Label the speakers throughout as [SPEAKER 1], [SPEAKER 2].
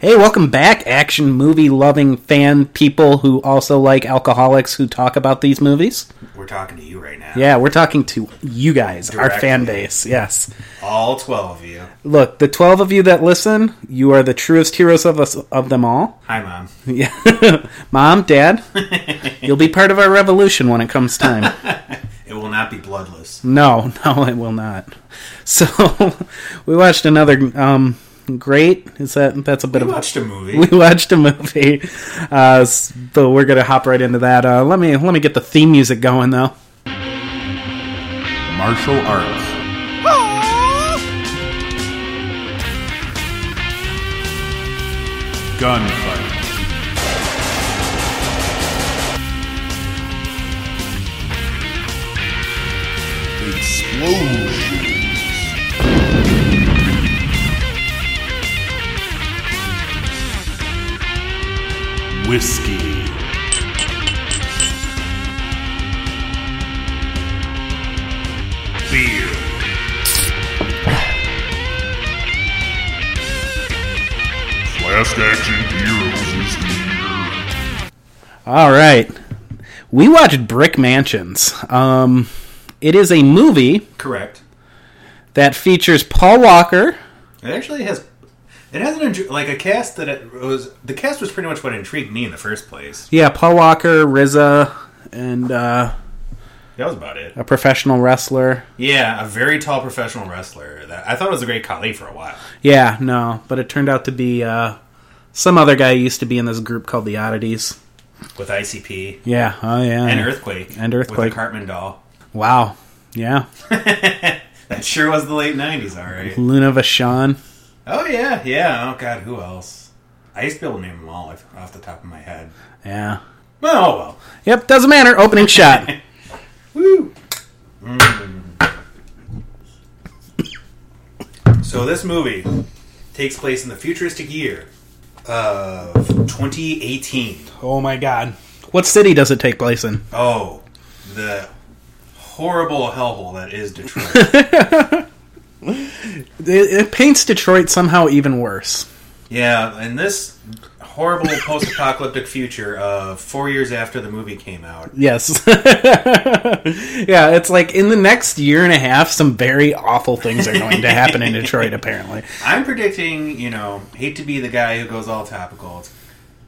[SPEAKER 1] Hey, welcome back, action movie loving fan people who also like alcoholics who talk about these movies.
[SPEAKER 2] We're talking to you right now.
[SPEAKER 1] Yeah, we're talking to you guys, our fan
[SPEAKER 2] Directly.
[SPEAKER 1] base. Yes.
[SPEAKER 2] All 12 of you.
[SPEAKER 1] Look, the 12 of you that listen, you are the truest heroes of us of them all.
[SPEAKER 2] Hi, Mom.
[SPEAKER 1] Yeah. Mom, dad, you'll be part of our revolution when it comes time.
[SPEAKER 2] It will not be bloodless.
[SPEAKER 1] No, no, it will not. So, we watched another um great is that that's a bit of
[SPEAKER 2] We
[SPEAKER 1] a
[SPEAKER 2] watched a movie.
[SPEAKER 1] we watched a movie, uh, so we're gonna hop right into that. Uh, let me let me get the theme music going though.
[SPEAKER 2] Martial arts. Gunfight. Explosions. Whiskey. Beer.
[SPEAKER 3] Last Action Heroes is here.
[SPEAKER 1] All right, we watched Brick Mansions. Um, it is a movie
[SPEAKER 2] Correct.
[SPEAKER 1] that features Paul Walker.
[SPEAKER 2] It actually has. It has an intri- like a cast that it was. The cast was pretty much what intrigued me in the first place.
[SPEAKER 1] Yeah, Paul Walker, RZA, and uh,
[SPEAKER 2] That was about it.
[SPEAKER 1] a professional wrestler.
[SPEAKER 2] Yeah, a very tall professional wrestler. That I thought was a great Kali for a while.
[SPEAKER 1] Yeah, no, but it turned out to be uh, some other guy who used to be in this group called the Oddities.
[SPEAKER 2] with ICP
[SPEAKER 1] Yeah, oh yeah,
[SPEAKER 2] and Earthquake
[SPEAKER 1] And Earthquake.
[SPEAKER 2] with the Cartman doll.
[SPEAKER 1] Wow, yeah,
[SPEAKER 2] That sure was the late '90s, all right.
[SPEAKER 1] Luna Vachon.
[SPEAKER 2] Oh yeah, yeah. Oh god, who else? I used to be able to name them all off off the top of my head.
[SPEAKER 1] Yeah.
[SPEAKER 2] Well, oh well.
[SPEAKER 1] Yep, doesn't matter. Opening shot.
[SPEAKER 2] Woo. Mm. So this movie takes place in the futuristic year of 2018.
[SPEAKER 1] Oh my god. What city does it take place in?
[SPEAKER 2] Oh, the horrible hellhole that is Detroit.
[SPEAKER 1] It, it paints Detroit somehow even worse.
[SPEAKER 2] Yeah, and this horrible post-apocalyptic future of four years after the movie came out.
[SPEAKER 1] Yes. yeah, it's like in the next year and a half, some very awful things are going to happen in Detroit, apparently.
[SPEAKER 2] I'm predicting, you know, hate to be the guy who goes all topical. It's-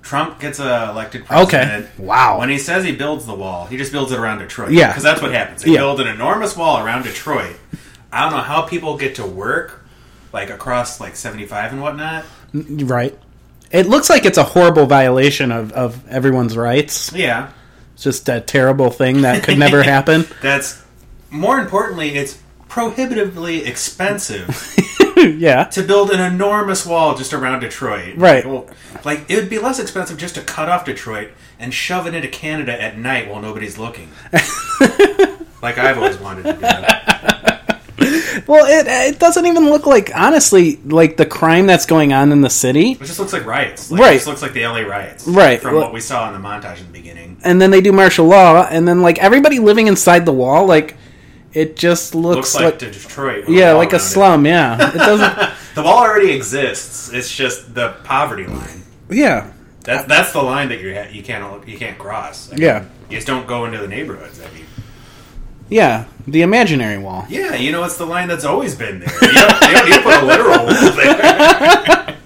[SPEAKER 2] Trump gets uh, elected president.
[SPEAKER 1] Okay. Wow.
[SPEAKER 2] When he says he builds the wall, he just builds it around Detroit.
[SPEAKER 1] Yeah.
[SPEAKER 2] Because that's what happens. They
[SPEAKER 1] Yeah.
[SPEAKER 2] build an enormous wall around Detroit. I don't know how people get to work, like across like 75 and whatnot.
[SPEAKER 1] Right. It looks like it's a horrible violation of, of everyone's rights.
[SPEAKER 2] Yeah.
[SPEAKER 1] It's just a terrible thing that could never happen.
[SPEAKER 2] That's, more importantly, it's prohibitively expensive
[SPEAKER 1] yeah.
[SPEAKER 2] to build an enormous wall just around Detroit.
[SPEAKER 1] Right.
[SPEAKER 2] Well, like it would be less expensive just to cut off Detroit and shove it into Canada at night while nobody's looking. like I've always wanted to do. That.
[SPEAKER 1] Well, it, it doesn't even look like, honestly, like the crime that's going on in the city.
[SPEAKER 2] It just looks like riots. Like,
[SPEAKER 1] Right.
[SPEAKER 2] It just looks like the LA riots.
[SPEAKER 1] Right.
[SPEAKER 2] From
[SPEAKER 1] Well-
[SPEAKER 2] what we saw in the montage in the beginning.
[SPEAKER 1] and then they do martial law, and then like everybody living inside the wall, like it just looks,
[SPEAKER 2] Looks like,
[SPEAKER 1] like,
[SPEAKER 2] Detroit. with
[SPEAKER 1] yeah,
[SPEAKER 2] wall
[SPEAKER 1] like a
[SPEAKER 2] around it.
[SPEAKER 1] slum. Yeah, it doesn't.
[SPEAKER 2] The wall already exists. It's just the poverty line.
[SPEAKER 1] yeah,
[SPEAKER 2] That, that's the line that you ha- you can't you can't cross. I mean,
[SPEAKER 1] Yeah.
[SPEAKER 2] You just don't go into the neighborhoods. I mean.
[SPEAKER 1] yeah, the imaginary wall.
[SPEAKER 2] Yeah, you know, it's the line that's always been there. You don't, you don't need to put a literal wall there.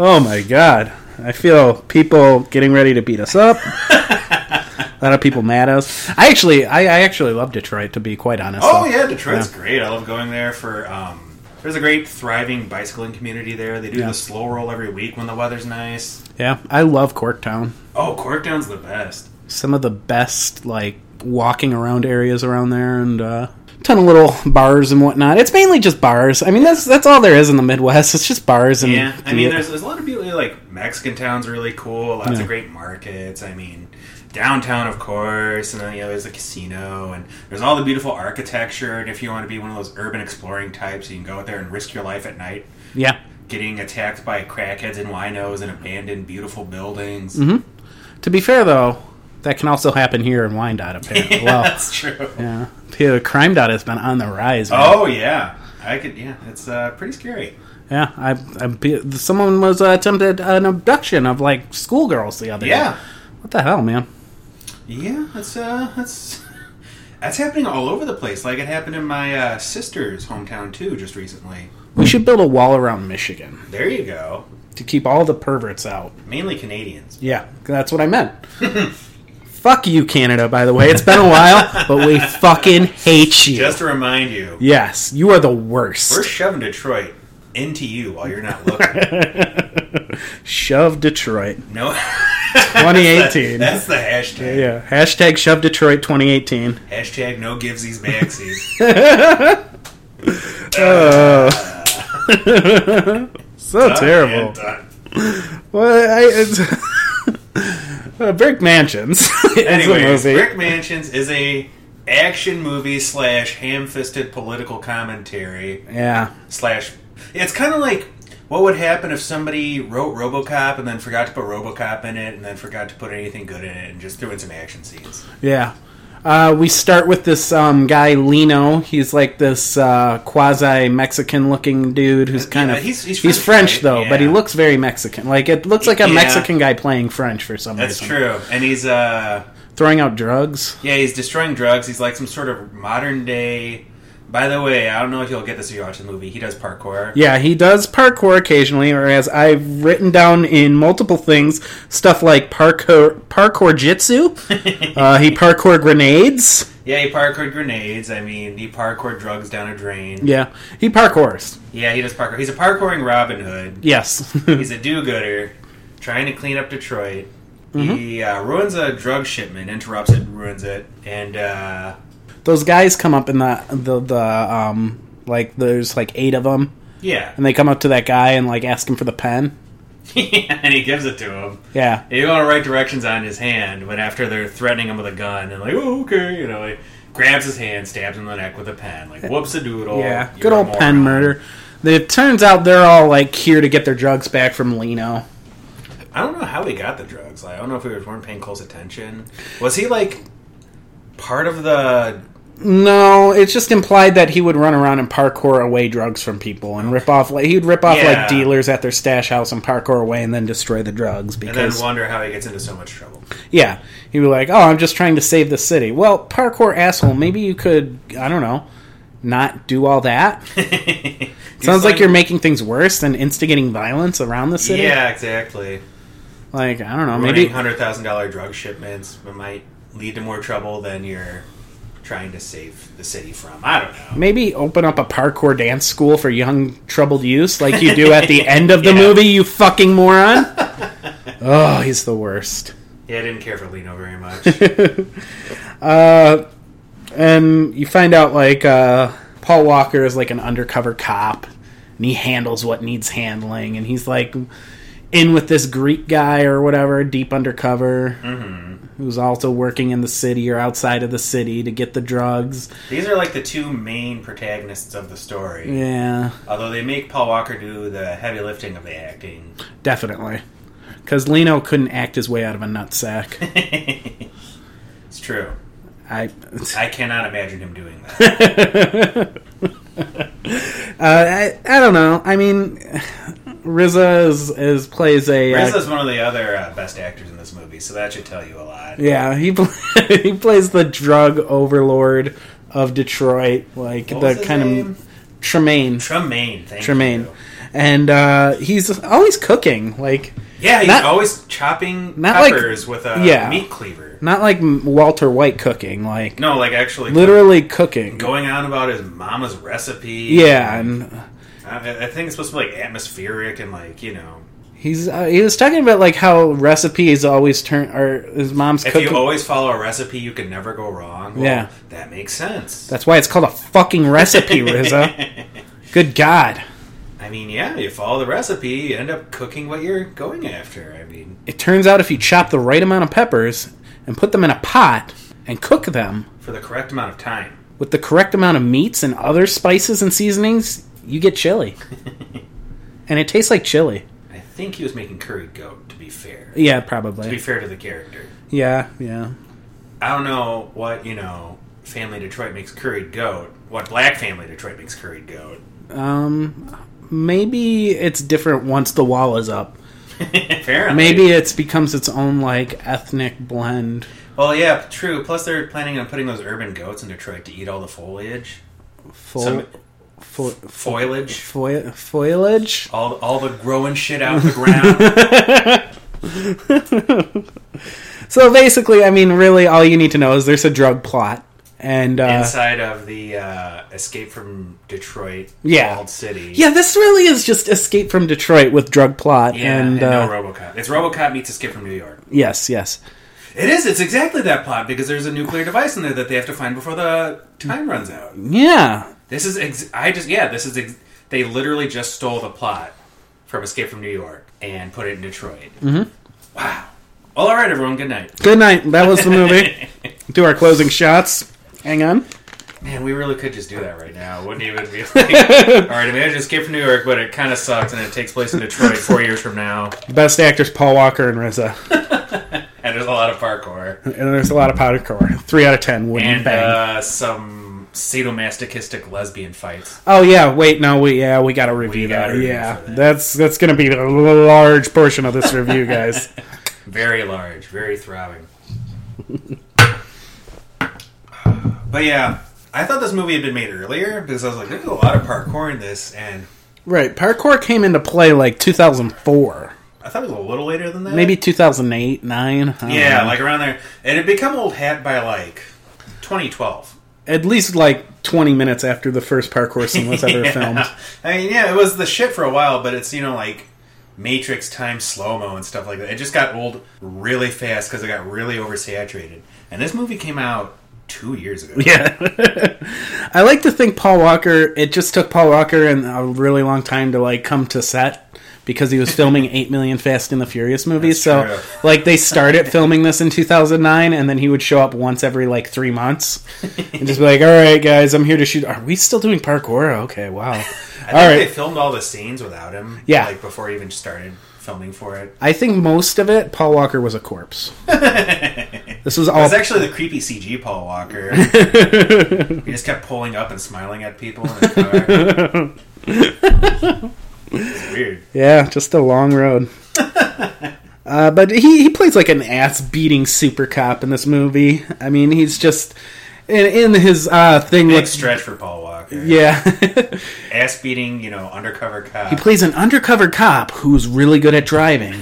[SPEAKER 1] Oh my god, I feel people getting ready to beat us up. a lot of people mad at us. I actually, I, I actually love Detroit to be quite honest.
[SPEAKER 2] Oh,
[SPEAKER 1] though.
[SPEAKER 2] yeah, Detroit's great. I love going there for. Um, there's a great, thriving bicycling community there. They do
[SPEAKER 1] Yeah.
[SPEAKER 2] the slow roll every week when the weather's nice.
[SPEAKER 1] yeah, I love Corktown.
[SPEAKER 2] Oh, Corktown's the best.
[SPEAKER 1] Some of the best like walking around areas around there, and. uh Ton of little bars and whatnot. It's mainly just bars. I mean, that's that's all there is in the Midwest. It's just bars and
[SPEAKER 2] Yeah, I mean, there's, there's a lot of beauty. Like, Mexican town's really cool. Lots
[SPEAKER 1] Yeah.
[SPEAKER 2] of great markets. I mean, downtown, of course. And then, you know, there's a casino. And there's all the beautiful architecture. And if you want to be one of those urban exploring types, you can go out there and risk your life at night.
[SPEAKER 1] yeah.
[SPEAKER 2] getting attacked by crackheads and winos in abandoned beautiful buildings.
[SPEAKER 1] Mm-hmm. To be fair, though, that can also happen here in Wyandotte, apparently. well,
[SPEAKER 2] That's true.
[SPEAKER 1] yeah. Yeah, Crime Dot has been on the rise. man.
[SPEAKER 2] Oh yeah, I could. Yeah, it's uh, pretty scary.
[SPEAKER 1] Yeah, I, I be- someone was uh, attempted an abduction of like schoolgirls the other
[SPEAKER 2] Yeah.
[SPEAKER 1] day. What the hell, man?
[SPEAKER 2] Yeah, that's uh, that's that's happening all over the place. Like it happened in my uh, sister's hometown too, just recently.
[SPEAKER 1] We should build a wall around Michigan
[SPEAKER 2] There you go.
[SPEAKER 1] to keep all the perverts out.
[SPEAKER 2] Mainly Canadians.
[SPEAKER 1] Yeah, that's what I meant. Fuck you, Canada. By the way, it's been a while, but we fucking hate you.
[SPEAKER 2] Just to remind you,
[SPEAKER 1] yes, you are the
[SPEAKER 2] we're
[SPEAKER 1] worst.
[SPEAKER 2] shoving Detroit into you while you're not looking.
[SPEAKER 1] Shove Detroit,
[SPEAKER 2] no,
[SPEAKER 1] 2018.
[SPEAKER 2] that's the hashtag.
[SPEAKER 1] yeah, hashtag Shove Detroit 2018.
[SPEAKER 2] Hashtag no gives these backsies.
[SPEAKER 1] So terrible.
[SPEAKER 2] uh,
[SPEAKER 1] Well, I, it's uh, Brick Mansions. is a
[SPEAKER 2] Anyways,
[SPEAKER 1] movie.
[SPEAKER 2] Brick Mansions is a action movie slash ham-fisted political commentary
[SPEAKER 1] Yeah,
[SPEAKER 2] slash. It's kind of like what would happen if somebody wrote RoboCop and then forgot to put RoboCop in it and then forgot to put anything good in it and just threw in some action scenes.
[SPEAKER 1] yeah. Uh, we start with this um, guy Lino. He's like this uh, quasi Mexican looking dude who's kind
[SPEAKER 2] yeah,
[SPEAKER 1] of
[SPEAKER 2] he's- he's French,
[SPEAKER 1] French
[SPEAKER 2] right?
[SPEAKER 1] though, but he
[SPEAKER 2] Yeah.
[SPEAKER 1] looks very Mexican. Like it looks like a
[SPEAKER 2] Yeah.
[SPEAKER 1] Mexican guy playing French for some
[SPEAKER 2] That's
[SPEAKER 1] reason.
[SPEAKER 2] true. And he's uh
[SPEAKER 1] Throwing out drugs.
[SPEAKER 2] yeah, he's destroying drugs. He's like some sort of modern day. By the way, I don't know if you'll get this if you watch the movie. He does parkour.
[SPEAKER 1] Yeah, he does parkour occasionally, or as I've written down in multiple things, stuff like parkour parkour jitsu. uh, he parkour grenades.
[SPEAKER 2] Yeah, he parkoured grenades. I mean, he parkoured drugs down a drain.
[SPEAKER 1] Yeah, he parkours.
[SPEAKER 2] Yeah, he does parkour. He's a parkouring Robin Hood.
[SPEAKER 1] Yes.
[SPEAKER 2] He's a do-gooder trying to clean up Detroit. He
[SPEAKER 1] Mm-hmm.
[SPEAKER 2] uh, ruins a drug shipment, interrupts it, ruins it, and uh,
[SPEAKER 1] Those guys come up in the the the um like there's like eight of them,
[SPEAKER 2] yeah,
[SPEAKER 1] and they come up to that guy and like ask him for the pen.
[SPEAKER 2] and he gives it to him.
[SPEAKER 1] Yeah,
[SPEAKER 2] He's going to write directions on his hand, but after they're threatening him with a gun and like, oh okay, you know, like grabs his hand, stabs him in the neck with a pen, like whoops a doodle.
[SPEAKER 1] yeah. Good old pen murder. It turns out they're all like here to get their drugs back from Lino.
[SPEAKER 2] I don't know how he got the drugs. Like, I don't know if we weren't paying close attention. Was he like part of the?
[SPEAKER 1] No, it's just implied that he would run around and parkour away drugs from people and rip off like he'd rip off
[SPEAKER 2] Yeah.
[SPEAKER 1] like dealers at their stash house and parkour away and then destroy the drugs
[SPEAKER 2] And then
[SPEAKER 1] because
[SPEAKER 2] wonder how he gets into so much trouble.
[SPEAKER 1] Yeah. He'd be like, oh, I'm just trying to save the city. Well, parkour asshole, maybe you could, I don't know, not do all that? Sounds like you're making things worse and instigating violence around the city.
[SPEAKER 2] Yeah, exactly.
[SPEAKER 1] Like, I don't know,
[SPEAKER 2] Maybe
[SPEAKER 1] maybe.
[SPEAKER 2] hundred thousand dollar drug shipments might lead to more trouble than you're trying to save the city from. I don't know.
[SPEAKER 1] Maybe open up a parkour dance school for young troubled youth, like you do at the end of the movie, you fucking moron. oh, he's the worst.
[SPEAKER 2] Yeah, I didn't care for Lino very much.
[SPEAKER 1] and you find out like uh, Paul Walker is like an undercover cop, and he handles what needs handling, and he's like in with this Greek guy or whatever, deep undercover, who's also working in the city or outside of the city to get the drugs.
[SPEAKER 2] These are like the two main protagonists of the story.
[SPEAKER 1] Yeah,
[SPEAKER 2] Although they make Paul Walker do the heavy lifting of the acting.
[SPEAKER 1] definitely. Because Lino couldn't act his way out of a nutsack.
[SPEAKER 2] it's true.
[SPEAKER 1] I,
[SPEAKER 2] I cannot imagine him doing that.
[SPEAKER 1] Uh, I, I don't know. I mean, Riza is, is plays a uh,
[SPEAKER 2] Riz is one of the other uh, best actors in this movie, so that should tell you a lot.
[SPEAKER 1] Yeah, he pl- he plays the drug overlord of Detroit, like
[SPEAKER 2] What was
[SPEAKER 1] the
[SPEAKER 2] his
[SPEAKER 1] kind
[SPEAKER 2] name?
[SPEAKER 1] of Tremaine,
[SPEAKER 2] Tremaine, thank
[SPEAKER 1] Tremaine,
[SPEAKER 2] you.
[SPEAKER 1] and uh, he's always cooking, like
[SPEAKER 2] Yeah, he's
[SPEAKER 1] Not-
[SPEAKER 2] always chopping
[SPEAKER 1] not like-
[SPEAKER 2] peppers with a
[SPEAKER 1] yeah.
[SPEAKER 2] meat cleaver.
[SPEAKER 1] not like Walter White cooking, like
[SPEAKER 2] No, like actually
[SPEAKER 1] literally cooking.
[SPEAKER 2] going on about his mama's recipe.
[SPEAKER 1] Yeah, and
[SPEAKER 2] I, I think it's supposed to be like atmospheric and like you know,
[SPEAKER 1] he's uh, he was talking about like how recipes always turn or his mom's
[SPEAKER 2] if
[SPEAKER 1] cooking.
[SPEAKER 2] you always follow a recipe, you can never go wrong. Well,
[SPEAKER 1] Yeah.
[SPEAKER 2] that makes sense.
[SPEAKER 1] That's why it's called a fucking recipe, Rizza. Good God.
[SPEAKER 2] I mean, yeah, you follow the recipe, you end up cooking what you're going after. I mean,
[SPEAKER 1] It turns out if you chop the right amount of peppers and put them in a pot and cook them,
[SPEAKER 2] for the correct amount of time.
[SPEAKER 1] with the correct amount of meats and other spices and seasonings, you get chili. and it tastes like chili.
[SPEAKER 2] I think he was making curry goat. To be fair, to
[SPEAKER 1] Yeah,
[SPEAKER 2] be
[SPEAKER 1] probably.
[SPEAKER 2] fair to the character,
[SPEAKER 1] Yeah, yeah.
[SPEAKER 2] I don't know what you know. Family Detroit makes curried goat. What black family Detroit makes curried goat?
[SPEAKER 1] Um maybe it's different once the wall is up.
[SPEAKER 2] Apparently.
[SPEAKER 1] Maybe it becomes its own like ethnic blend.
[SPEAKER 2] Well, yeah, true. Plus, they're planning on putting those urban goats in Detroit to eat all the foliage.
[SPEAKER 1] Fo-
[SPEAKER 2] Some
[SPEAKER 1] fo-
[SPEAKER 2] foliage.
[SPEAKER 1] fo- foliage.
[SPEAKER 2] All, all the growing shit out the ground.
[SPEAKER 1] So basically, I mean, really, all you need to know is there's a drug plot, and uh,
[SPEAKER 2] inside of the uh, Escape from Detroit
[SPEAKER 1] Yeah.
[SPEAKER 2] walled city.
[SPEAKER 1] yeah, this really is just Escape from Detroit with drug plot,
[SPEAKER 2] Yeah,
[SPEAKER 1] and,
[SPEAKER 2] and,
[SPEAKER 1] uh,
[SPEAKER 2] no RoboCop. It's RoboCop meets Escape from New York.
[SPEAKER 1] yes, yes,
[SPEAKER 2] It is. It's exactly that plot because there's a nuclear device in there that they have to find before the time runs out.
[SPEAKER 1] yeah,
[SPEAKER 2] This is. Ex- I just. Yeah. This is. Ex- they literally just stole the plot from Escape from New York and put it in Detroit. Mm-hmm. Wow. Well, all right, everyone. Good night.
[SPEAKER 1] Good night. That was the movie. Do our closing shots. Hang on.
[SPEAKER 2] Man, we really could just do that right now. It wouldn't even be like, all right. Imagine Escape from New York, but it kind of sucks, and it takes place in Detroit four years from now,
[SPEAKER 1] Best actors Paul Walker and Riza.
[SPEAKER 2] and there's a lot of parkour
[SPEAKER 1] And there's a lot of powder core. Three out of ten wouldn't
[SPEAKER 2] and
[SPEAKER 1] bang.
[SPEAKER 2] uh, some sadomasochistic lesbian fights.
[SPEAKER 1] oh yeah, wait, no, we yeah, we gotta review
[SPEAKER 2] gotta
[SPEAKER 1] that.
[SPEAKER 2] review
[SPEAKER 1] yeah.
[SPEAKER 2] for that.
[SPEAKER 1] That's that's gonna be a large portion of this review, guys.
[SPEAKER 2] Very large, very throbbing. but yeah, I thought this movie had been made earlier because I was like, there's a lot of parkour in this, and
[SPEAKER 1] right. Parkour came into play like two thousand four.
[SPEAKER 2] I thought it was a little later than that.
[SPEAKER 1] Maybe two thousand eight, nine. I don't
[SPEAKER 2] Yeah,
[SPEAKER 1] know.
[SPEAKER 2] like around there. It had become old hat by like 2012.
[SPEAKER 1] at least like twenty minutes after the first parkour scene was ever filmed.
[SPEAKER 2] I mean, yeah, it was the shit for a while, but it's, you know, like Matrix time slow mo and stuff like that. It just got old really fast because it got really oversaturated. And this movie came out two years ago.
[SPEAKER 1] Yeah. I like to think Paul Walker, it just took Paul Walker and a really long time to like come to set because he was filming 8 million Fast and the Furious movies. so
[SPEAKER 2] true.
[SPEAKER 1] like they started filming this in 2009 and then he would show up once every like 3 months and just be like, "All right guys, I'm here to shoot. Are we still doing parkour? Okay, wow."
[SPEAKER 2] I
[SPEAKER 1] All
[SPEAKER 2] think they
[SPEAKER 1] right.
[SPEAKER 2] filmed all the scenes without him.
[SPEAKER 1] Yeah.
[SPEAKER 2] Like before he even started filming for it.
[SPEAKER 1] I think most of it Paul Walker was a corpse. this was all
[SPEAKER 2] It's actually the creepy CG Paul Walker. he just kept pulling up and smiling at people in his car. it's weird.
[SPEAKER 1] Yeah, just a long road. uh, but he, he plays like an ass beating super cop in this movie. I mean, he's just in, in his uh, thing
[SPEAKER 2] Big
[SPEAKER 1] with
[SPEAKER 2] stretch for Paul Walker.
[SPEAKER 1] yeah.
[SPEAKER 2] Ass beating, you know, undercover cop.
[SPEAKER 1] he plays an undercover cop who's really good at driving.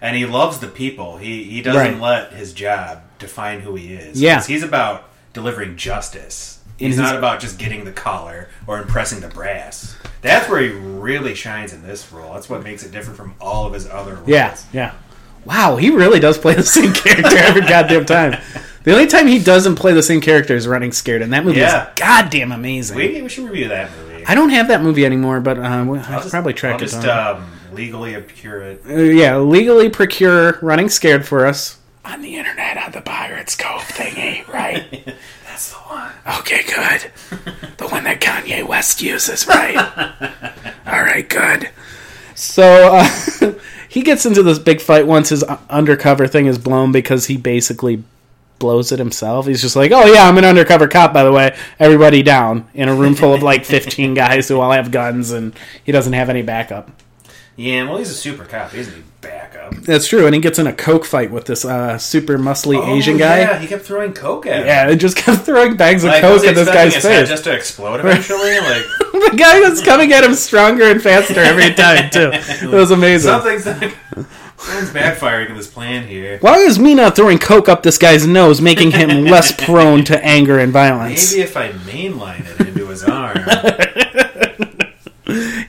[SPEAKER 2] and he loves the people. He he doesn't
[SPEAKER 1] Right.
[SPEAKER 2] let his job define who he is.
[SPEAKER 1] Yeah.
[SPEAKER 2] 'Cause he's about delivering justice.
[SPEAKER 1] In
[SPEAKER 2] He's
[SPEAKER 1] his-
[SPEAKER 2] not about just getting the collar or impressing the brass. That's where he really shines in this role. That's what makes it different from all of his other roles.
[SPEAKER 1] yeah, yeah. Wow, he really does play the same character every goddamn time. The only time he doesn't play the same character is Running Scared, and that movie
[SPEAKER 2] Yeah.
[SPEAKER 1] is goddamn amazing.
[SPEAKER 2] We, we should review that movie.
[SPEAKER 1] I don't have that movie anymore, but um, I
[SPEAKER 2] I'll
[SPEAKER 1] could
[SPEAKER 2] just-
[SPEAKER 1] probably track
[SPEAKER 2] I'll
[SPEAKER 1] it
[SPEAKER 2] just,
[SPEAKER 1] down.
[SPEAKER 2] um, legally obscure it.
[SPEAKER 1] Uh, yeah, legally procure running scared for us on the internet on the Pirates Cove thingy, right?
[SPEAKER 2] That's the one.
[SPEAKER 1] okay, good. The one that Kanye West uses, right? All right, good. So uh, he gets into this big fight once his u- undercover thing is blown because he basically blows it himself. He's just like, "Oh yeah, I'm an undercover cop, by the way. Everybody down in a room full of like 15 guys who all have guns, and he doesn't have any backup."
[SPEAKER 2] Yeah, well, he's a super cop. He's a backup.
[SPEAKER 1] That's true, and he gets in a coke fight with this uh, super muscly Asian
[SPEAKER 2] Oh,
[SPEAKER 1] guy.
[SPEAKER 2] Yeah,
[SPEAKER 1] Yeah.
[SPEAKER 2] he kept throwing coke at him.
[SPEAKER 1] and just kept throwing bags of
[SPEAKER 2] Like, I was
[SPEAKER 1] coke at this
[SPEAKER 2] expecting
[SPEAKER 1] guy's
[SPEAKER 2] his head
[SPEAKER 1] face.
[SPEAKER 2] just to explode eventually. like
[SPEAKER 1] the guy was coming at him stronger and faster every time too. It was amazing.
[SPEAKER 2] something's something's backfiring in this plan here.
[SPEAKER 1] Why is Mina throwing coke up this guy's nose, making him less prone to anger and violence?
[SPEAKER 2] Maybe if I mainline it into his arm.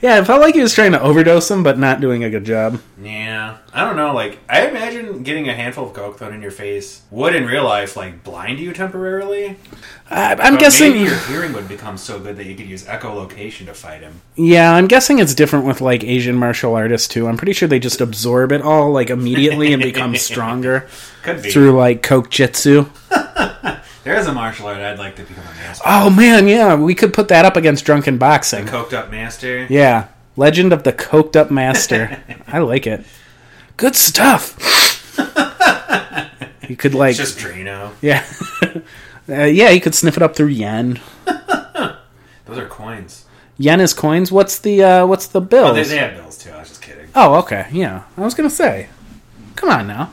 [SPEAKER 1] Yeah, it felt like he was trying to overdose him, but not doing a good job.
[SPEAKER 2] yeah, I don't know. Like I imagine getting a handful of coke thrown in your face would, in real life, like blind you temporarily.
[SPEAKER 1] I, I'm
[SPEAKER 2] But
[SPEAKER 1] guessing.
[SPEAKER 2] Uh, maybe your hearing would become so good that you could use echolocation to fight him.
[SPEAKER 1] Yeah, I'm guessing it's different with like Asian martial artists too. I'm pretty sure they just absorb it all like immediately and become stronger
[SPEAKER 2] Could be.
[SPEAKER 1] through like coke jitsu.
[SPEAKER 2] There is a martial art I'd like to become a master.
[SPEAKER 1] Oh man, yeah, we could put that up against drunken boxing.
[SPEAKER 2] Coked up master.
[SPEAKER 1] Yeah, Legend of the Coked Up Master. I like it. Good stuff. you could like,
[SPEAKER 2] It's just Drano.
[SPEAKER 1] yeah, uh, yeah, you could sniff it up through yen.
[SPEAKER 2] Those are coins.
[SPEAKER 1] yen is coins. What's the uh, what's the bills?
[SPEAKER 2] Oh, they, they have bills too. I was just kidding.
[SPEAKER 1] Oh, okay. Yeah, I was gonna say. Come on now.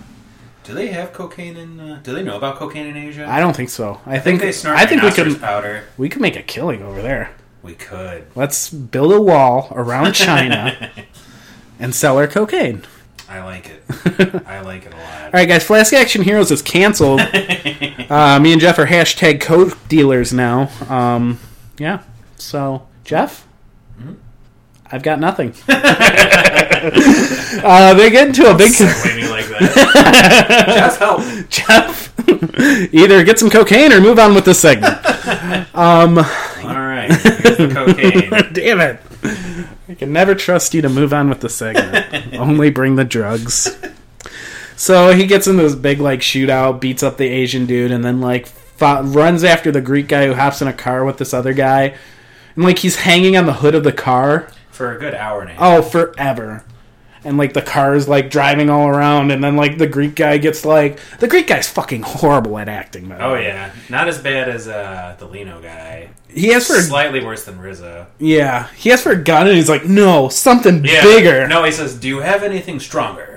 [SPEAKER 2] Do they have cocaine in? Uh, do they know about cocaine in Asia?
[SPEAKER 1] I don't think so. I, think,
[SPEAKER 2] they snort
[SPEAKER 1] I think we
[SPEAKER 2] rhinoceros
[SPEAKER 1] could
[SPEAKER 2] powder.
[SPEAKER 1] we could make a killing over there.
[SPEAKER 2] We could.
[SPEAKER 1] Let's build a wall around China and sell our cocaine.
[SPEAKER 2] I like it. I like it a lot.
[SPEAKER 1] All right, guys. Flask Action Heroes is canceled. uh, me and Jeff are hashtag coke dealers now. Um, yeah. So, Jeff, I've got nothing. uh, they get into a big.
[SPEAKER 2] Wait me like that. Jeff, help.
[SPEAKER 1] Jeff, either get some cocaine or move on with this segment.
[SPEAKER 2] All right. Here's the cocaine.
[SPEAKER 1] Damn it. I can never trust you to move on with the segment. Only bring the drugs. So he gets in this big like shootout, beats up the Asian dude, and then like fo- runs after the Greek guy who hops in a car with this other guy, and like he's hanging on the hood of the car.
[SPEAKER 2] For a good hour and a half.
[SPEAKER 1] Oh, forever. And like the car's like driving all around, and then like the Greek guy gets like the Greek guy's fucking horrible at acting. By the
[SPEAKER 2] Oh,
[SPEAKER 1] way.
[SPEAKER 2] yeah. Not as bad as uh, the Lino guy.
[SPEAKER 1] he has for a
[SPEAKER 2] Slightly worse than Rizzo.
[SPEAKER 1] Yeah, he asks for a gun, and he's like, "No, something
[SPEAKER 2] Yeah.
[SPEAKER 1] bigger."
[SPEAKER 2] No, he says, do you have anything stronger?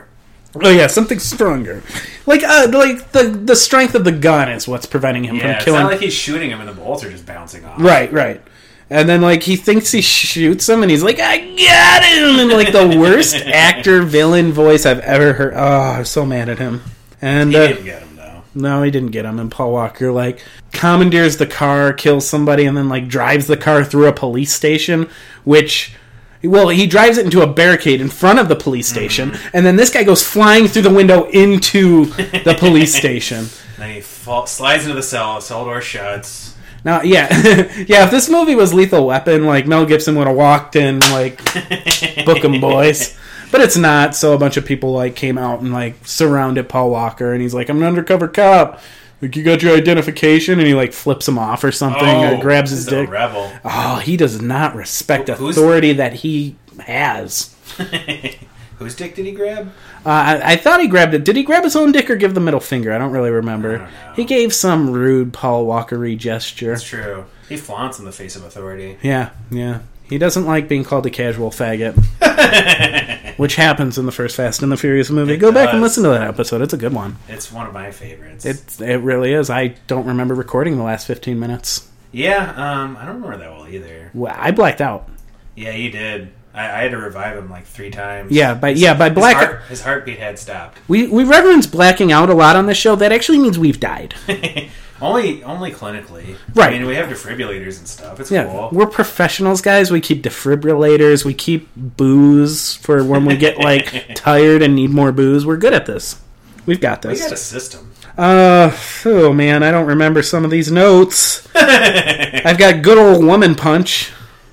[SPEAKER 1] Oh yeah, something stronger. Like, uh, like the the strength of the gun is what's preventing him
[SPEAKER 2] Yeah,
[SPEAKER 1] from
[SPEAKER 2] it's
[SPEAKER 1] killing.
[SPEAKER 2] not like he's shooting him and the bolts are just bouncing off.
[SPEAKER 1] right, right. And then like he thinks he shoots him, and he's like, "I got him!" And like the worst actor villain voice I've ever heard. Oh, I'm so mad at him. And
[SPEAKER 2] He
[SPEAKER 1] uh,
[SPEAKER 2] didn't get him, though.
[SPEAKER 1] no, he didn't get him. And Paul Walker like commandeers the car, kills somebody, and then like drives the car through a police station, which. Well, he drives it into a barricade in front of the police station, and then this guy goes flying through the window into the police station.
[SPEAKER 2] Then he fall, slides into the cell, the cell door shuts.
[SPEAKER 1] Now, yeah, yeah. If this movie was Lethal Weapon, like Mel Gibson would have walked in, like book 'em boys. But it's not. So a bunch of people like came out and like surrounded Paul Walker, and he's like, "I'm an undercover cop. Like, you got your identification?" And he like flips him off or something, or grabs his
[SPEAKER 2] Oh, he's a
[SPEAKER 1] dick.
[SPEAKER 2] rebel.
[SPEAKER 1] Oh, he does not respect
[SPEAKER 2] Who- who's-
[SPEAKER 1] authority that he has.
[SPEAKER 2] Whose dick did he grab?
[SPEAKER 1] Uh, I, I thought he grabbed it. Did he grab his own dick or give the middle finger? I don't really remember.
[SPEAKER 2] don't know.
[SPEAKER 1] He gave some rude Paul Walkery gesture.
[SPEAKER 2] It's true. He flaunts in the face of authority.
[SPEAKER 1] Yeah, yeah. He doesn't like being called a casual faggot, which happens in the first Fast and the Furious movie. Go back and
[SPEAKER 2] does.
[SPEAKER 1] listen to that episode; it's a good one.
[SPEAKER 2] It's one of my favorites.
[SPEAKER 1] It it really is. I don't remember recording the last fifteen minutes.
[SPEAKER 2] yeah, um, I don't remember that well either.
[SPEAKER 1] Well, I blacked out.
[SPEAKER 2] Yeah, you did. I, I had to revive him like three times.
[SPEAKER 1] Yeah, by yeah by
[SPEAKER 2] His,
[SPEAKER 1] black.
[SPEAKER 2] heart, his heartbeat had stopped.
[SPEAKER 1] we we reference blacking out a lot on this show. That actually means we've died.
[SPEAKER 2] only, only clinically.
[SPEAKER 1] Right.
[SPEAKER 2] I mean, we have defibrillators and stuff. It's
[SPEAKER 1] Yeah,
[SPEAKER 2] cool.
[SPEAKER 1] we're professionals, guys. We keep defibrillators. We keep booze for when we get like tired and need more booze. We're good at this. We've got
[SPEAKER 2] We
[SPEAKER 1] this.
[SPEAKER 2] got a system.
[SPEAKER 1] Uh, oh man, I don't remember some of these notes. I've got good old woman punch.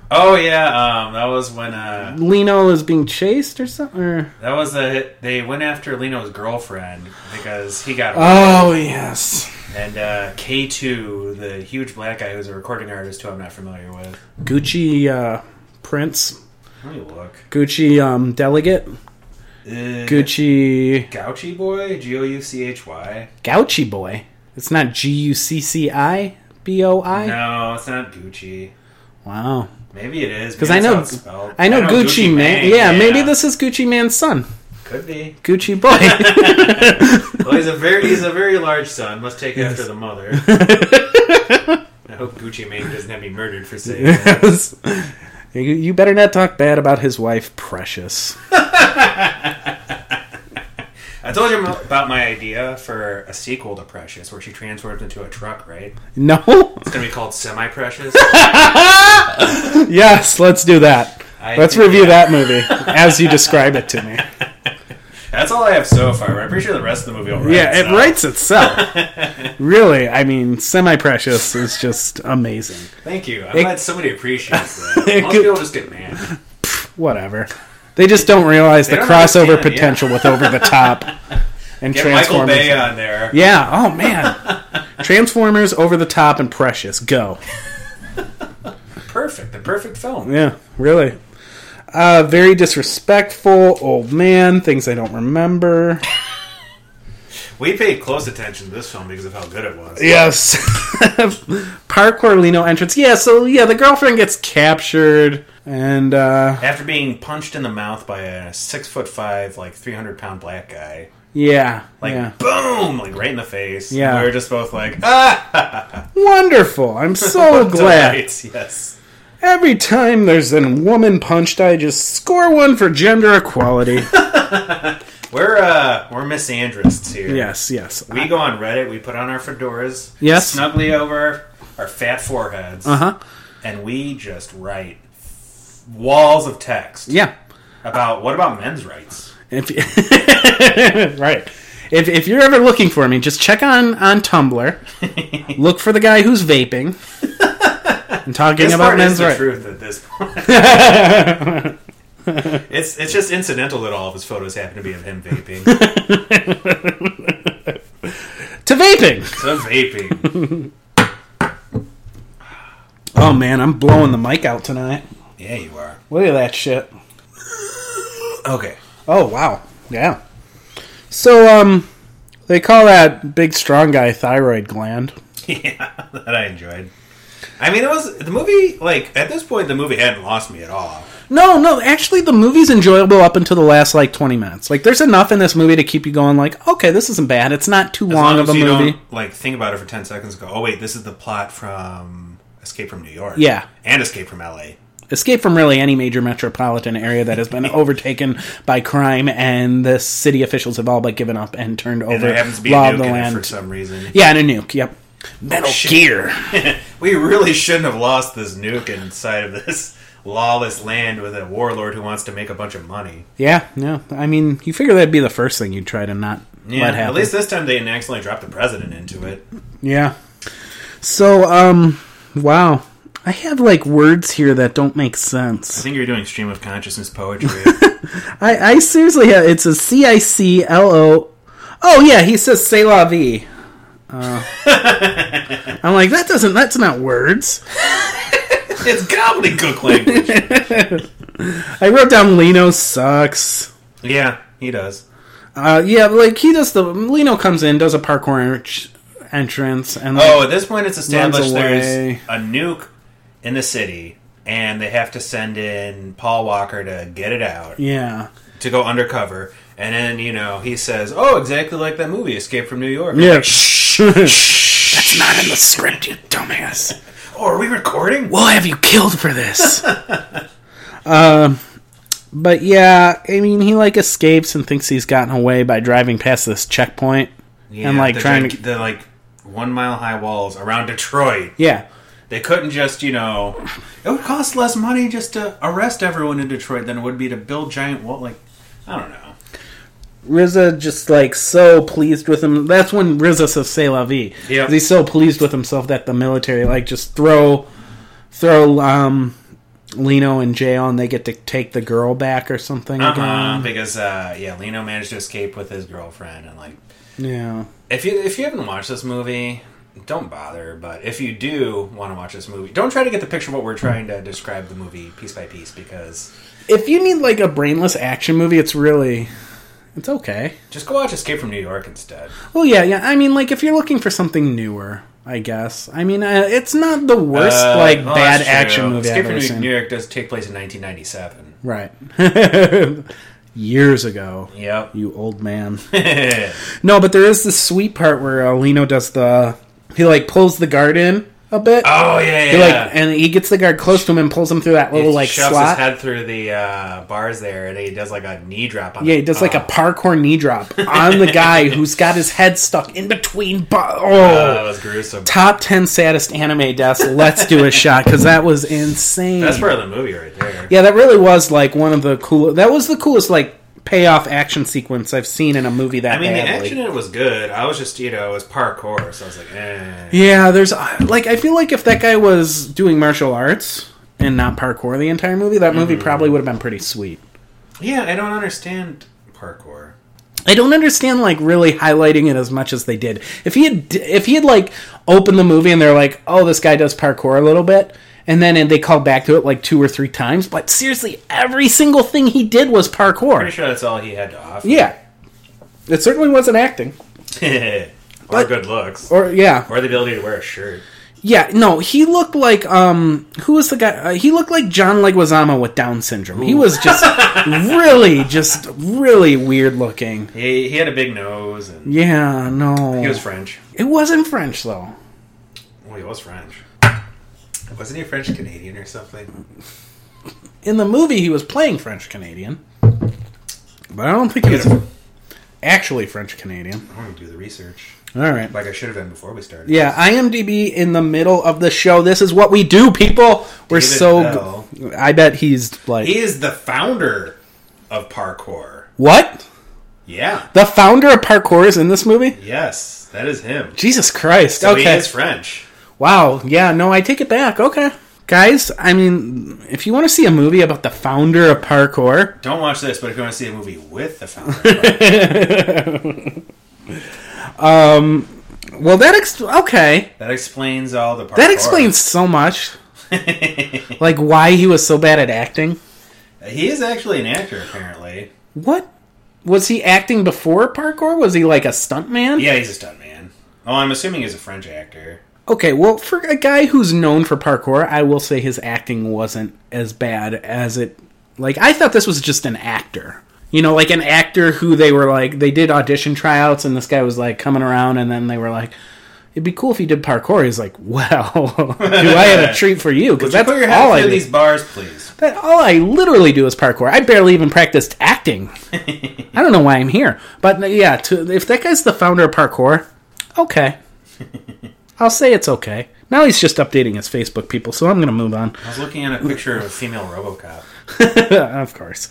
[SPEAKER 2] Oh yeah, um, that was when uh,
[SPEAKER 1] Lino is being chased or something. Or...
[SPEAKER 2] that was the they went after Lino's girlfriend because he got
[SPEAKER 1] Oh yes,
[SPEAKER 2] and uh, K two, the huge black guy who's a recording artist who I'm not familiar with.
[SPEAKER 1] Gucci uh, Prince,
[SPEAKER 2] Let me look.
[SPEAKER 1] Gucci um delegate,
[SPEAKER 2] Uh,
[SPEAKER 1] Gucci
[SPEAKER 2] Gouchy boy, G O U C H Y.
[SPEAKER 1] Gouchy boy. It's not G U C C I B O I.
[SPEAKER 2] No, it's not Gucci.
[SPEAKER 1] Wow,
[SPEAKER 2] Maybe it is
[SPEAKER 1] because I know I know Gucci, man. yeah, maybe this is Gucci Man's son,
[SPEAKER 2] could be.
[SPEAKER 1] Gucci boy.
[SPEAKER 2] Well, he's a very he's a very large son. Must take after the mother. I hope Gucci Mane doesn't have me murdered for saying that.
[SPEAKER 1] You- you better not talk bad about his wife, Precious.
[SPEAKER 2] I told you about my idea for a sequel to Precious, where she transforms into a truck. Right?
[SPEAKER 1] No.
[SPEAKER 2] It's gonna be called Semi Precious.
[SPEAKER 1] Yes, let's do that.
[SPEAKER 2] I
[SPEAKER 1] let's
[SPEAKER 2] think-
[SPEAKER 1] review that movie as you describe it to me.
[SPEAKER 2] That's all I have so far. I'm pretty sure the rest of the movie will. Write
[SPEAKER 1] Yeah, it
[SPEAKER 2] itself.
[SPEAKER 1] writes itself. really, I mean, Semi Precious is just amazing.
[SPEAKER 2] Thank you. I'm glad somebody appreciates that.
[SPEAKER 1] It
[SPEAKER 2] Most
[SPEAKER 1] could-
[SPEAKER 2] people just get mad.
[SPEAKER 1] Whatever. They just don't realize the
[SPEAKER 2] don't
[SPEAKER 1] crossover
[SPEAKER 2] understand, yeah.
[SPEAKER 1] potential with Over the Top and
[SPEAKER 2] Get Michael
[SPEAKER 1] Transformers.
[SPEAKER 2] Bay uh, on there.
[SPEAKER 1] Yeah, oh man. Transformers, Over the Top, and Precious. Go.
[SPEAKER 2] Perfect. The perfect film.
[SPEAKER 1] Yeah, really. Uh, very disrespectful, old man, things I don't remember.
[SPEAKER 2] We paid close attention to this film because of how good it was.
[SPEAKER 1] Yes. Park Corlino entrance. Yeah, so yeah, the girlfriend gets captured and uh
[SPEAKER 2] After being punched in the mouth by a six foot five, like three hundred pound black guy,
[SPEAKER 1] yeah.
[SPEAKER 2] like
[SPEAKER 1] yeah.
[SPEAKER 2] boom, like right in the face.
[SPEAKER 1] Yeah.
[SPEAKER 2] we were just both like, ah,
[SPEAKER 1] Wonderful. I'm so glad.
[SPEAKER 2] delights, yes.
[SPEAKER 1] Every time there's a woman punched, I just score one for gender equality.
[SPEAKER 2] We're uh, we're misandrists here.
[SPEAKER 1] yes, yes.
[SPEAKER 2] We go on Reddit. We put on our fedoras,
[SPEAKER 1] Yes.
[SPEAKER 2] snugly over our fat foreheads,
[SPEAKER 1] Uh-huh.
[SPEAKER 2] and we just write walls of text
[SPEAKER 1] Yeah.
[SPEAKER 2] about what about men's rights.
[SPEAKER 1] If right. If, if you're ever looking for me, just check on on Tumblr. Look for the guy who's vaping and talking
[SPEAKER 2] This
[SPEAKER 1] about
[SPEAKER 2] part
[SPEAKER 1] men's
[SPEAKER 2] is the
[SPEAKER 1] rights.
[SPEAKER 2] truth at this point. it's it's just incidental that all of his photos happen to be of him vaping.
[SPEAKER 1] To vaping.
[SPEAKER 2] so vaping,
[SPEAKER 1] Oh man, I'm blowing the mic out tonight.
[SPEAKER 2] yeah, you are.
[SPEAKER 1] Look at that shit.
[SPEAKER 2] Okay,
[SPEAKER 1] Oh wow. Yeah. So um they call that big strong guy thyroid gland.
[SPEAKER 2] yeah, that I enjoyed. I mean, it was the movie. Like at this point, the movie hadn't lost me at all.
[SPEAKER 1] No, no, actually the movie's enjoyable up until the last like 20 minutes. Like there's enough in this movie to keep you going like, okay, this isn't bad. It's not too
[SPEAKER 2] As
[SPEAKER 1] long,
[SPEAKER 2] long
[SPEAKER 1] of a
[SPEAKER 2] as you
[SPEAKER 1] movie.
[SPEAKER 2] don't like think about it for ten seconds. and Go, oh wait, this is the plot from Escape from New York.
[SPEAKER 1] Yeah.
[SPEAKER 2] and Escape from L.A.
[SPEAKER 1] Escape from really any major metropolitan area that has been overtaken by crime and the city officials have all but given up and turned over
[SPEAKER 2] And there happens to be a
[SPEAKER 1] law of
[SPEAKER 2] nuke
[SPEAKER 1] the
[SPEAKER 2] in it for
[SPEAKER 1] land.
[SPEAKER 2] some reason.
[SPEAKER 1] Yeah, and a nuke, yep. Metal
[SPEAKER 2] Shit.
[SPEAKER 1] Gear.
[SPEAKER 2] We really shouldn't have lost this nuke inside of this lawless land with a warlord who wants to make a bunch of money.
[SPEAKER 1] Yeah, no. I mean, you figure that'd be the first thing you'd try to not
[SPEAKER 2] Yeah,
[SPEAKER 1] let happen.
[SPEAKER 2] at least this time they didn't accidentally drop the president into it.
[SPEAKER 1] Yeah. So, um, wow. I have like words here that don't make
[SPEAKER 2] I
[SPEAKER 1] sense.
[SPEAKER 2] think you're doing stream of consciousness poetry.
[SPEAKER 1] I, I seriously have. It's a C I C L O. Oh yeah, he says "c'est la vie." Uh, I'm like that doesn't. That's not words.
[SPEAKER 2] it's gobbledygook language.
[SPEAKER 1] I wrote down Lino sucks.
[SPEAKER 2] yeah, he does.
[SPEAKER 1] Uh, yeah, like he does the Lino comes in, does a parkour en- entrance, and like,
[SPEAKER 2] Oh, at this point, it's established there's
[SPEAKER 1] away.
[SPEAKER 2] a nuke in the city, and they have to send in Paul Walker to get it out
[SPEAKER 1] yeah,
[SPEAKER 2] to go undercover. And then you know he says, "Oh, exactly like that movie, Escape from New York."
[SPEAKER 1] yeah. Shh, shh. That's not in the script, you dumbass.
[SPEAKER 2] Oh, are we recording?
[SPEAKER 1] We'll have you killed for this. um, but yeah, I mean, he like escapes and thinks he's gotten away by driving past this checkpoint.
[SPEAKER 2] Yeah,
[SPEAKER 1] and, like,
[SPEAKER 2] the
[SPEAKER 1] trying
[SPEAKER 2] giant-
[SPEAKER 1] to-
[SPEAKER 2] the like one mile high walls around Detroit.
[SPEAKER 1] Yeah,
[SPEAKER 2] They couldn't just, you know, it would cost less money just to arrest everyone in Detroit than it would be to build giant wall. Like, I don't know.
[SPEAKER 1] RZA just like so pleased with him. That's when RZA says "C'est la vie."
[SPEAKER 2] Yeah.
[SPEAKER 1] 'Cause he's so pleased with himself that the military like just throw throw um Lino in jail and they get to take the girl back or something.
[SPEAKER 2] Uh,
[SPEAKER 1] again.
[SPEAKER 2] because uh, yeah, Lino managed to escape with his girlfriend, and like,
[SPEAKER 1] Yeah.
[SPEAKER 2] if you if you haven't watched this movie, don't bother. But if you do want to watch this movie, don't try to get the picture of what we're trying to describe the movie piece by piece because
[SPEAKER 1] If you need like a brainless action movie, it's really it's okay.
[SPEAKER 2] just go watch Escape from New York instead.
[SPEAKER 1] Well, yeah, yeah. I mean, like if you're looking for something newer, I guess. I mean, uh, it's not the worst
[SPEAKER 2] Uh,
[SPEAKER 1] like
[SPEAKER 2] well,
[SPEAKER 1] bad
[SPEAKER 2] that's true.
[SPEAKER 1] action movie I've
[SPEAKER 2] Escape
[SPEAKER 1] ever
[SPEAKER 2] from
[SPEAKER 1] seen.
[SPEAKER 2] New York does take place in 1997.
[SPEAKER 1] Right. Years ago,
[SPEAKER 2] Yep.
[SPEAKER 1] you old man. no, but there is this sweet part where uh, Lino does the he like pulls the guard in a bit.
[SPEAKER 2] oh yeah,
[SPEAKER 1] He,
[SPEAKER 2] yeah.
[SPEAKER 1] like, and he gets the guard close to him and pulls him through that little
[SPEAKER 2] He
[SPEAKER 1] like
[SPEAKER 2] shoves his
[SPEAKER 1] slot.
[SPEAKER 2] head through the uh, bars there, and he does like a knee drop. on
[SPEAKER 1] Yeah,
[SPEAKER 2] the-
[SPEAKER 1] he does like a
[SPEAKER 2] Oh.
[SPEAKER 1] parkour knee drop on the guy who's got his head stuck in between. Bu- oh,
[SPEAKER 2] Oh, that was gruesome.
[SPEAKER 1] top 10 saddest anime deaths let's do a shot because that was insane
[SPEAKER 2] That's part of the movie right there.
[SPEAKER 1] yeah that really was like one of the cool that was the coolest like payoff action sequence i've seen in a movie that
[SPEAKER 2] I mean, the
[SPEAKER 1] badly.
[SPEAKER 2] action in it was good. I was just, you know, it was parkour, so I was like, eh.
[SPEAKER 1] yeah there's uh, like i feel like if that guy was doing martial arts and not parkour the entire movie that
[SPEAKER 2] Mm-hmm.
[SPEAKER 1] movie probably would have been pretty sweet
[SPEAKER 2] Yeah, I don't understand parkour.
[SPEAKER 1] I don't understand like really highlighting it as much as they did. If he had if he had like opened the movie and they're like, "Oh, this guy does parkour a little bit." And then and they called back to it like two or three times, but seriously, every single thing he did was
[SPEAKER 2] Pretty
[SPEAKER 1] parkour.
[SPEAKER 2] sure that's all he had to offer.
[SPEAKER 1] Yeah. It certainly wasn't acting.
[SPEAKER 2] or
[SPEAKER 1] But-
[SPEAKER 2] good looks. Or,
[SPEAKER 1] Or yeah,
[SPEAKER 2] the ability to wear a shirt.
[SPEAKER 1] yeah. No, he looked like um, who was the guy? Uh, he looked like John Leguizamo with Down syndrome. He was just really, just really weird looking.
[SPEAKER 2] He, he had a big nose and
[SPEAKER 1] Yeah, no,
[SPEAKER 2] he was French.
[SPEAKER 1] it wasn't French though.
[SPEAKER 2] Well, he was French. Wasn't he French Canadian or something?
[SPEAKER 1] In the movie, he was playing French Canadian, but I don't think he was actually French Canadian.
[SPEAKER 2] I'm going to do the research
[SPEAKER 1] All right.
[SPEAKER 2] like I should have done before we started.
[SPEAKER 1] Yeah, IMDb in the middle of the show. This is what we do, people. We're
[SPEAKER 2] David
[SPEAKER 1] so.
[SPEAKER 2] Bell.
[SPEAKER 1] Go- I bet he's like
[SPEAKER 2] He is the founder of parkour.
[SPEAKER 1] what?
[SPEAKER 2] Yeah.
[SPEAKER 1] The founder of parkour is in this movie.
[SPEAKER 2] Yes, that is him.
[SPEAKER 1] Jesus Christ!
[SPEAKER 2] So He
[SPEAKER 1] okay.
[SPEAKER 2] is French.
[SPEAKER 1] Wow. Yeah. No, I take it back. Okay, guys. I mean, if you want to see a movie about the founder of parkour,
[SPEAKER 2] Don't watch this, but if you want to see a movie with the founder, right?
[SPEAKER 1] well, that ex- okay.
[SPEAKER 2] that explains all the parkour.
[SPEAKER 1] That explains so much. like why he was so bad at acting.
[SPEAKER 2] He is actually an actor, apparently.
[SPEAKER 1] What was he acting before parkour? Was he like a stuntman?
[SPEAKER 2] Yeah, he's a stuntman. Oh, I'm assuming he's a French actor.
[SPEAKER 1] Okay, well, for a guy who's known for parkour, I will say his acting wasn't as bad as it. Like, I thought this was just an actor. You know, like an actor who they were like, they did audition tryouts, and this guy was like coming around, and then they were like, it'd be cool if you did parkour. He's like, well, do I have a treat for you? Because
[SPEAKER 2] Would you
[SPEAKER 1] that's
[SPEAKER 2] put your
[SPEAKER 1] all
[SPEAKER 2] head
[SPEAKER 1] I
[SPEAKER 2] through
[SPEAKER 1] do.
[SPEAKER 2] these bars, please.
[SPEAKER 1] That, all I literally do is parkour. I barely even practiced acting. I don't know why I'm here. But uh, yeah, to, if that guy's the founder of parkour, okay. I'll say it's okay. Now he's just updating his Facebook people, so I'm going to move on.
[SPEAKER 2] I was looking at a picture of a female RoboCop.
[SPEAKER 1] of course.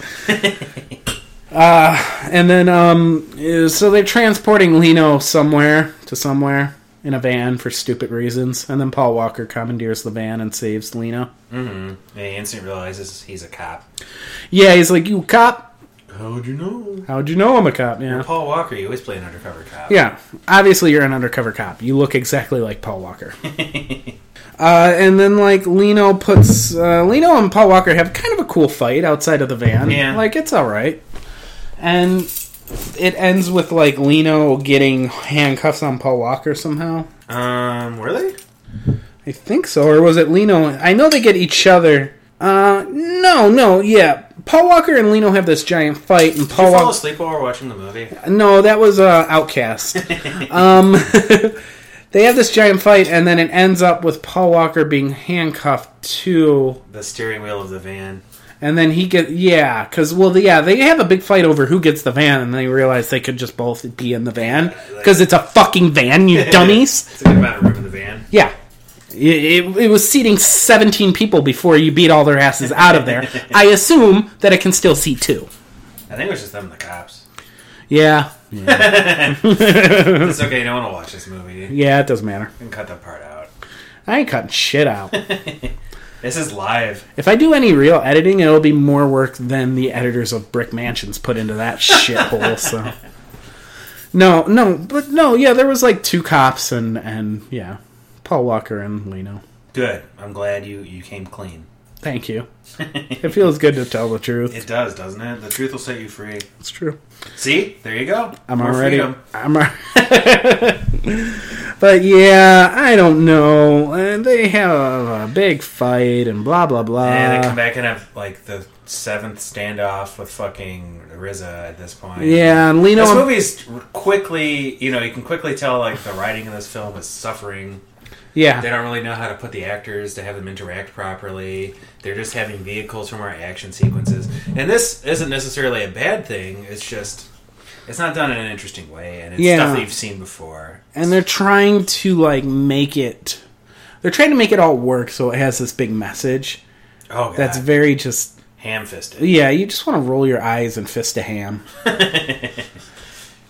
[SPEAKER 1] uh, and then, um, is- so they're transporting Lino somewhere to somewhere in a van for stupid reasons. And then Paul Walker commandeers the van and saves Lino.
[SPEAKER 2] And he instantly realizes he's a cop.
[SPEAKER 1] Yeah, he's like, You cop?
[SPEAKER 2] How'd you know?
[SPEAKER 1] How'd you know I'm a cop? Yeah.
[SPEAKER 2] Paul Walker, you always play an undercover cop.
[SPEAKER 1] Yeah, obviously you're an undercover cop. You look exactly like Paul Walker. uh, and then like Lino puts uh, Lino and Paul Walker have kind of a cool fight outside of the van.
[SPEAKER 2] Yeah.
[SPEAKER 1] like it's all right. And it ends with like Lino getting handcuffs on Paul Walker somehow.
[SPEAKER 2] Um, were they?
[SPEAKER 1] I think so, or was it Lino? I know they get each other. Uh, no, no, yeah. Paul Walker and Lino have this giant fight, and
[SPEAKER 2] Did
[SPEAKER 1] Paul
[SPEAKER 2] you fall
[SPEAKER 1] Walker.
[SPEAKER 2] asleep while we're watching the movie?
[SPEAKER 1] No, that was uh, Outcast. um, they have this giant fight, and then it ends up with Paul Walker being handcuffed too.
[SPEAKER 2] The steering wheel of the van.
[SPEAKER 1] And then he get yeah, because well, the- yeah, they have a big fight over who gets the van, and they realize they could just both be in the van because it's a fucking van, you dummies.
[SPEAKER 2] It's a good amount of room in the van.
[SPEAKER 1] Yeah. It, it, it was seating 17 people before you beat all their asses out of there. I assume that it can still seat two.
[SPEAKER 2] I think it was just them and the cops.
[SPEAKER 1] Yeah.
[SPEAKER 2] It's okay, no one will watch this movie. You
[SPEAKER 1] Yeah, it doesn't matter.
[SPEAKER 2] can cut that part out.
[SPEAKER 1] I ain't cutting shit out.
[SPEAKER 2] This is live.
[SPEAKER 1] If I do any real editing, it'll be more work than the editors of Brick Mansions put into that shithole. So, no, no, but no, yeah, there was like two cops and and yeah, Paul Walker and Leno.
[SPEAKER 2] Good. I'm glad you, you came clean.
[SPEAKER 1] Thank you. It feels good to tell the truth.
[SPEAKER 2] It does, doesn't it? The truth will set you free.
[SPEAKER 1] It's true.
[SPEAKER 2] See? There you go.
[SPEAKER 1] I'm
[SPEAKER 2] More
[SPEAKER 1] already.
[SPEAKER 2] freedom.
[SPEAKER 1] I'm. al- but yeah, I don't know. And they have a big fight and blah blah blah.
[SPEAKER 2] And they come back and have like the seventh standoff with fucking RZA at this point.
[SPEAKER 1] yeah, and Leno.
[SPEAKER 2] This movie's quickly, you know, you can quickly tell like the writing in this film is suffering.
[SPEAKER 1] yeah,
[SPEAKER 2] They don't really know how to put the actors to have them interact properly. They're just having vehicles from our action sequences, and this isn't necessarily a bad thing. It's just it's not done in an interesting way, and it's
[SPEAKER 1] Yeah.
[SPEAKER 2] stuff that you've seen before.
[SPEAKER 1] and they're trying to like make it they're trying to make it all work so it has this big message
[SPEAKER 2] Oh, God.
[SPEAKER 1] that's very just
[SPEAKER 2] ham-fisted.
[SPEAKER 1] yeah you just want to roll your eyes and fist a ham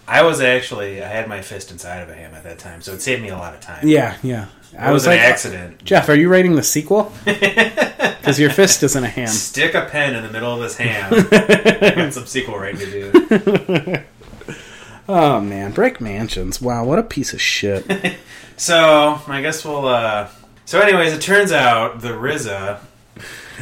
[SPEAKER 2] I was actually I had my fist inside of a ham at that time, so it saved me a lot of time.
[SPEAKER 1] yeah yeah
[SPEAKER 2] it
[SPEAKER 1] i
[SPEAKER 2] was,
[SPEAKER 1] was
[SPEAKER 2] an
[SPEAKER 1] like
[SPEAKER 2] accident.
[SPEAKER 1] jeff are you writing the sequel because your fist isn't a ham
[SPEAKER 2] Stick a pen in the middle of this ham. I got some sequel writing to do.
[SPEAKER 1] oh man brick mansions wow what a piece of shit
[SPEAKER 2] So I guess we'll. uh So, anyways, it turns out the RZA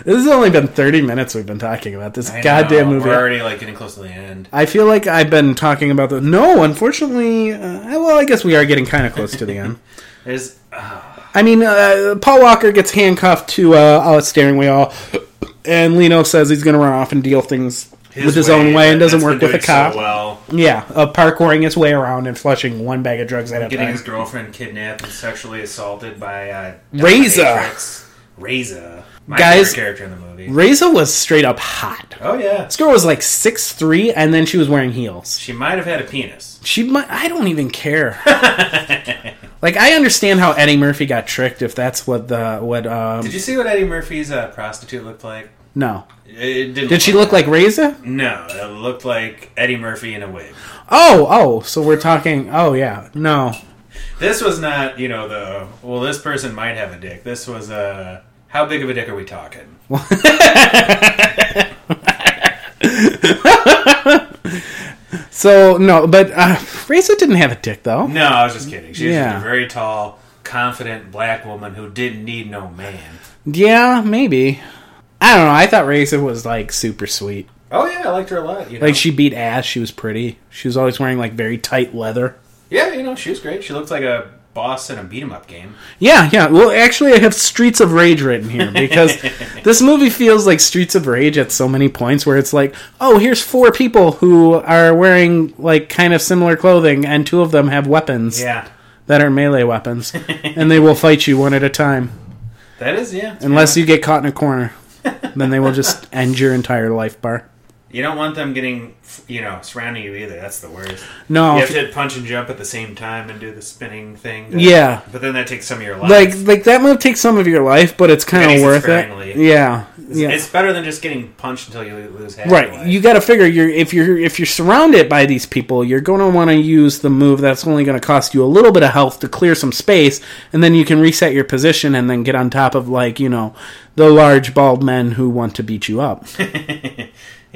[SPEAKER 1] This has only been 30 minutes we've been talking about this
[SPEAKER 2] I
[SPEAKER 1] goddamn
[SPEAKER 2] know,
[SPEAKER 1] movie.
[SPEAKER 2] We're already like getting close to the end.
[SPEAKER 1] I feel like I've been talking about the. No, unfortunately, uh, well, I guess we are getting kind of close to the end.
[SPEAKER 2] There's
[SPEAKER 1] I mean, uh, Paul Walker gets handcuffed to uh, a steering wheel, and Leno says he's going to run off and deal things with his own way and doesn't
[SPEAKER 2] that's
[SPEAKER 1] work
[SPEAKER 2] been
[SPEAKER 1] with a
[SPEAKER 2] doing
[SPEAKER 1] cop.
[SPEAKER 2] So well,
[SPEAKER 1] Yeah, uh, parkouring his way around and flushing one bag of drugs at a
[SPEAKER 2] getting
[SPEAKER 1] time.
[SPEAKER 2] his girlfriend kidnapped and sexually assaulted by uh,
[SPEAKER 1] Reza.
[SPEAKER 2] dominatrix. Reza, my
[SPEAKER 1] Guys-
[SPEAKER 2] favorite character in the movie.
[SPEAKER 1] Reza was straight up hot.
[SPEAKER 2] oh yeah,
[SPEAKER 1] This girl was like six three, and then she was wearing heels.
[SPEAKER 2] she might have had a penis.
[SPEAKER 1] She might. I don't even care. like I understand how Eddie Murphy got tricked. If that's what the what um
[SPEAKER 2] Did you see what Eddie Murphy's uh, prostitute looked like?
[SPEAKER 1] no
[SPEAKER 2] It it didn't.
[SPEAKER 1] did she look like Reza?
[SPEAKER 2] No, it looked like Eddie Murphy in a wig.
[SPEAKER 1] Oh oh, so we're talking. Oh yeah, no.
[SPEAKER 2] This was not, you know, the well. This person might have a dick. This was uh, how big of a dick are we talking?
[SPEAKER 1] So no, but uh, Reza didn't have a dick though.
[SPEAKER 2] No, I was just kidding. She's
[SPEAKER 1] Yeah.
[SPEAKER 2] just a very tall, confident black woman who didn't need no man.
[SPEAKER 1] Yeah, maybe. I don't know. I thought Reza was like super sweet.
[SPEAKER 2] Oh yeah, I liked her a lot. You know?
[SPEAKER 1] Like she beat ass. She was pretty. She was always wearing like very tight leather.
[SPEAKER 2] yeah, you know, she was great. She looked like a boss in a beat 'em up game.
[SPEAKER 1] Yeah, yeah. Well, actually, I have Streets of Rage written here because this movie feels like Streets of Rage at so many points where it's like, oh, here's four people who are wearing like kind of similar clothing, and two of them have weapons
[SPEAKER 2] Yeah,
[SPEAKER 1] that are melee weapons, and they will fight you one at a time
[SPEAKER 2] that is yeah.
[SPEAKER 1] unless you get caught in a corner. then they will just end your entire life bar.
[SPEAKER 2] you don't want them getting, you know, surrounding you either. That's the worst.
[SPEAKER 1] No,
[SPEAKER 2] You have
[SPEAKER 1] if-
[SPEAKER 2] to punch and jump at the same time and do the spinning thing.
[SPEAKER 1] Yeah.
[SPEAKER 2] but then that takes some of your life.
[SPEAKER 1] like like that move takes some of your life, but it's kind
[SPEAKER 2] Pays
[SPEAKER 1] of
[SPEAKER 2] it
[SPEAKER 1] worth it.
[SPEAKER 2] sparingly.
[SPEAKER 1] Yeah, yeah.
[SPEAKER 2] It's better than just getting punched until you lose half.
[SPEAKER 1] Right.
[SPEAKER 2] your life.
[SPEAKER 1] You got to figure you're if you're if you're surrounded by these people, you're going to want to use the move that's only going to cost you a little bit of health to clear some space, and then you can reset your position and then get on top of like you know the large bald men who want to beat you up.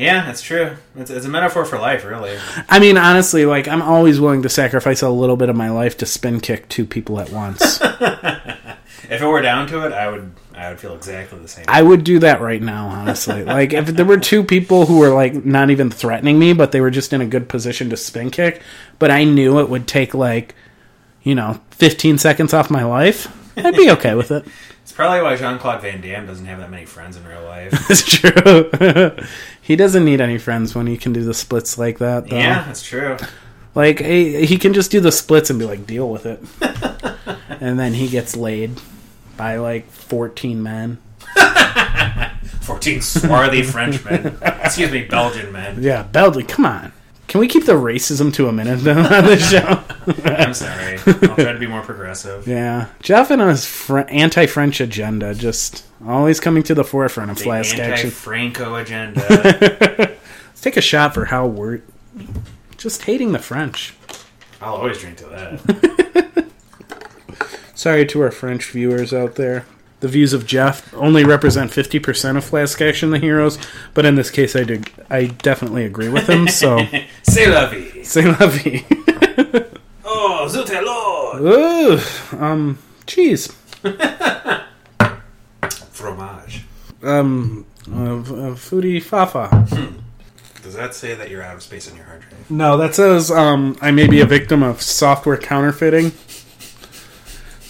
[SPEAKER 2] Yeah, that's true. It's, it's a metaphor for life, really.
[SPEAKER 1] I mean, honestly, like I'm always willing to sacrifice a little bit of my life to spin kick two people at once.
[SPEAKER 2] If it were down to it, I would I would feel exactly the same.
[SPEAKER 1] I would do that right now, honestly. Like if there were two people who were like not even threatening me, but they were just in a good position to spin kick, but I knew it would take like, you know, 15 seconds off my life, I'd be okay with it.
[SPEAKER 2] It's probably why Jean Claude Van Damme doesn't have that many friends in real life.
[SPEAKER 1] It's true. he doesn't need any friends when he can do the splits like that. Though.
[SPEAKER 2] yeah, that's true.
[SPEAKER 1] Like he, he can just do the splits and be like, deal with it, and then he gets laid by like 14 men.
[SPEAKER 2] Fourteen swarthy Frenchmen. Excuse me, Belgian men.
[SPEAKER 1] Yeah, Belgium. Come on. Can we keep the racism to a minute though, on this show?
[SPEAKER 2] I'm sorry. I'll try to be more progressive.
[SPEAKER 1] Yeah, Jeff and his fr- anti-French agenda just always coming to the forefront of
[SPEAKER 2] The
[SPEAKER 1] Flask Action.
[SPEAKER 2] anti-Franco agenda.
[SPEAKER 1] Let's take a shot for how we're just hating the French.
[SPEAKER 2] I'll always drink to that.
[SPEAKER 1] Sorry to our French viewers out there. The views of Jeff only represent fifty percent of Flask Action the Heroes, but in this case, I do I definitely agree with him. So
[SPEAKER 2] C'est la vie.
[SPEAKER 1] c'est la vie.
[SPEAKER 2] Oh, zut alors.
[SPEAKER 1] Ooh, um, cheese.
[SPEAKER 2] Fromage.
[SPEAKER 1] Um, uh, uh, foodie fafa.
[SPEAKER 2] Does that say that you're out of space on your hard drive?
[SPEAKER 1] No, that says um, I may be a victim of software counterfeiting.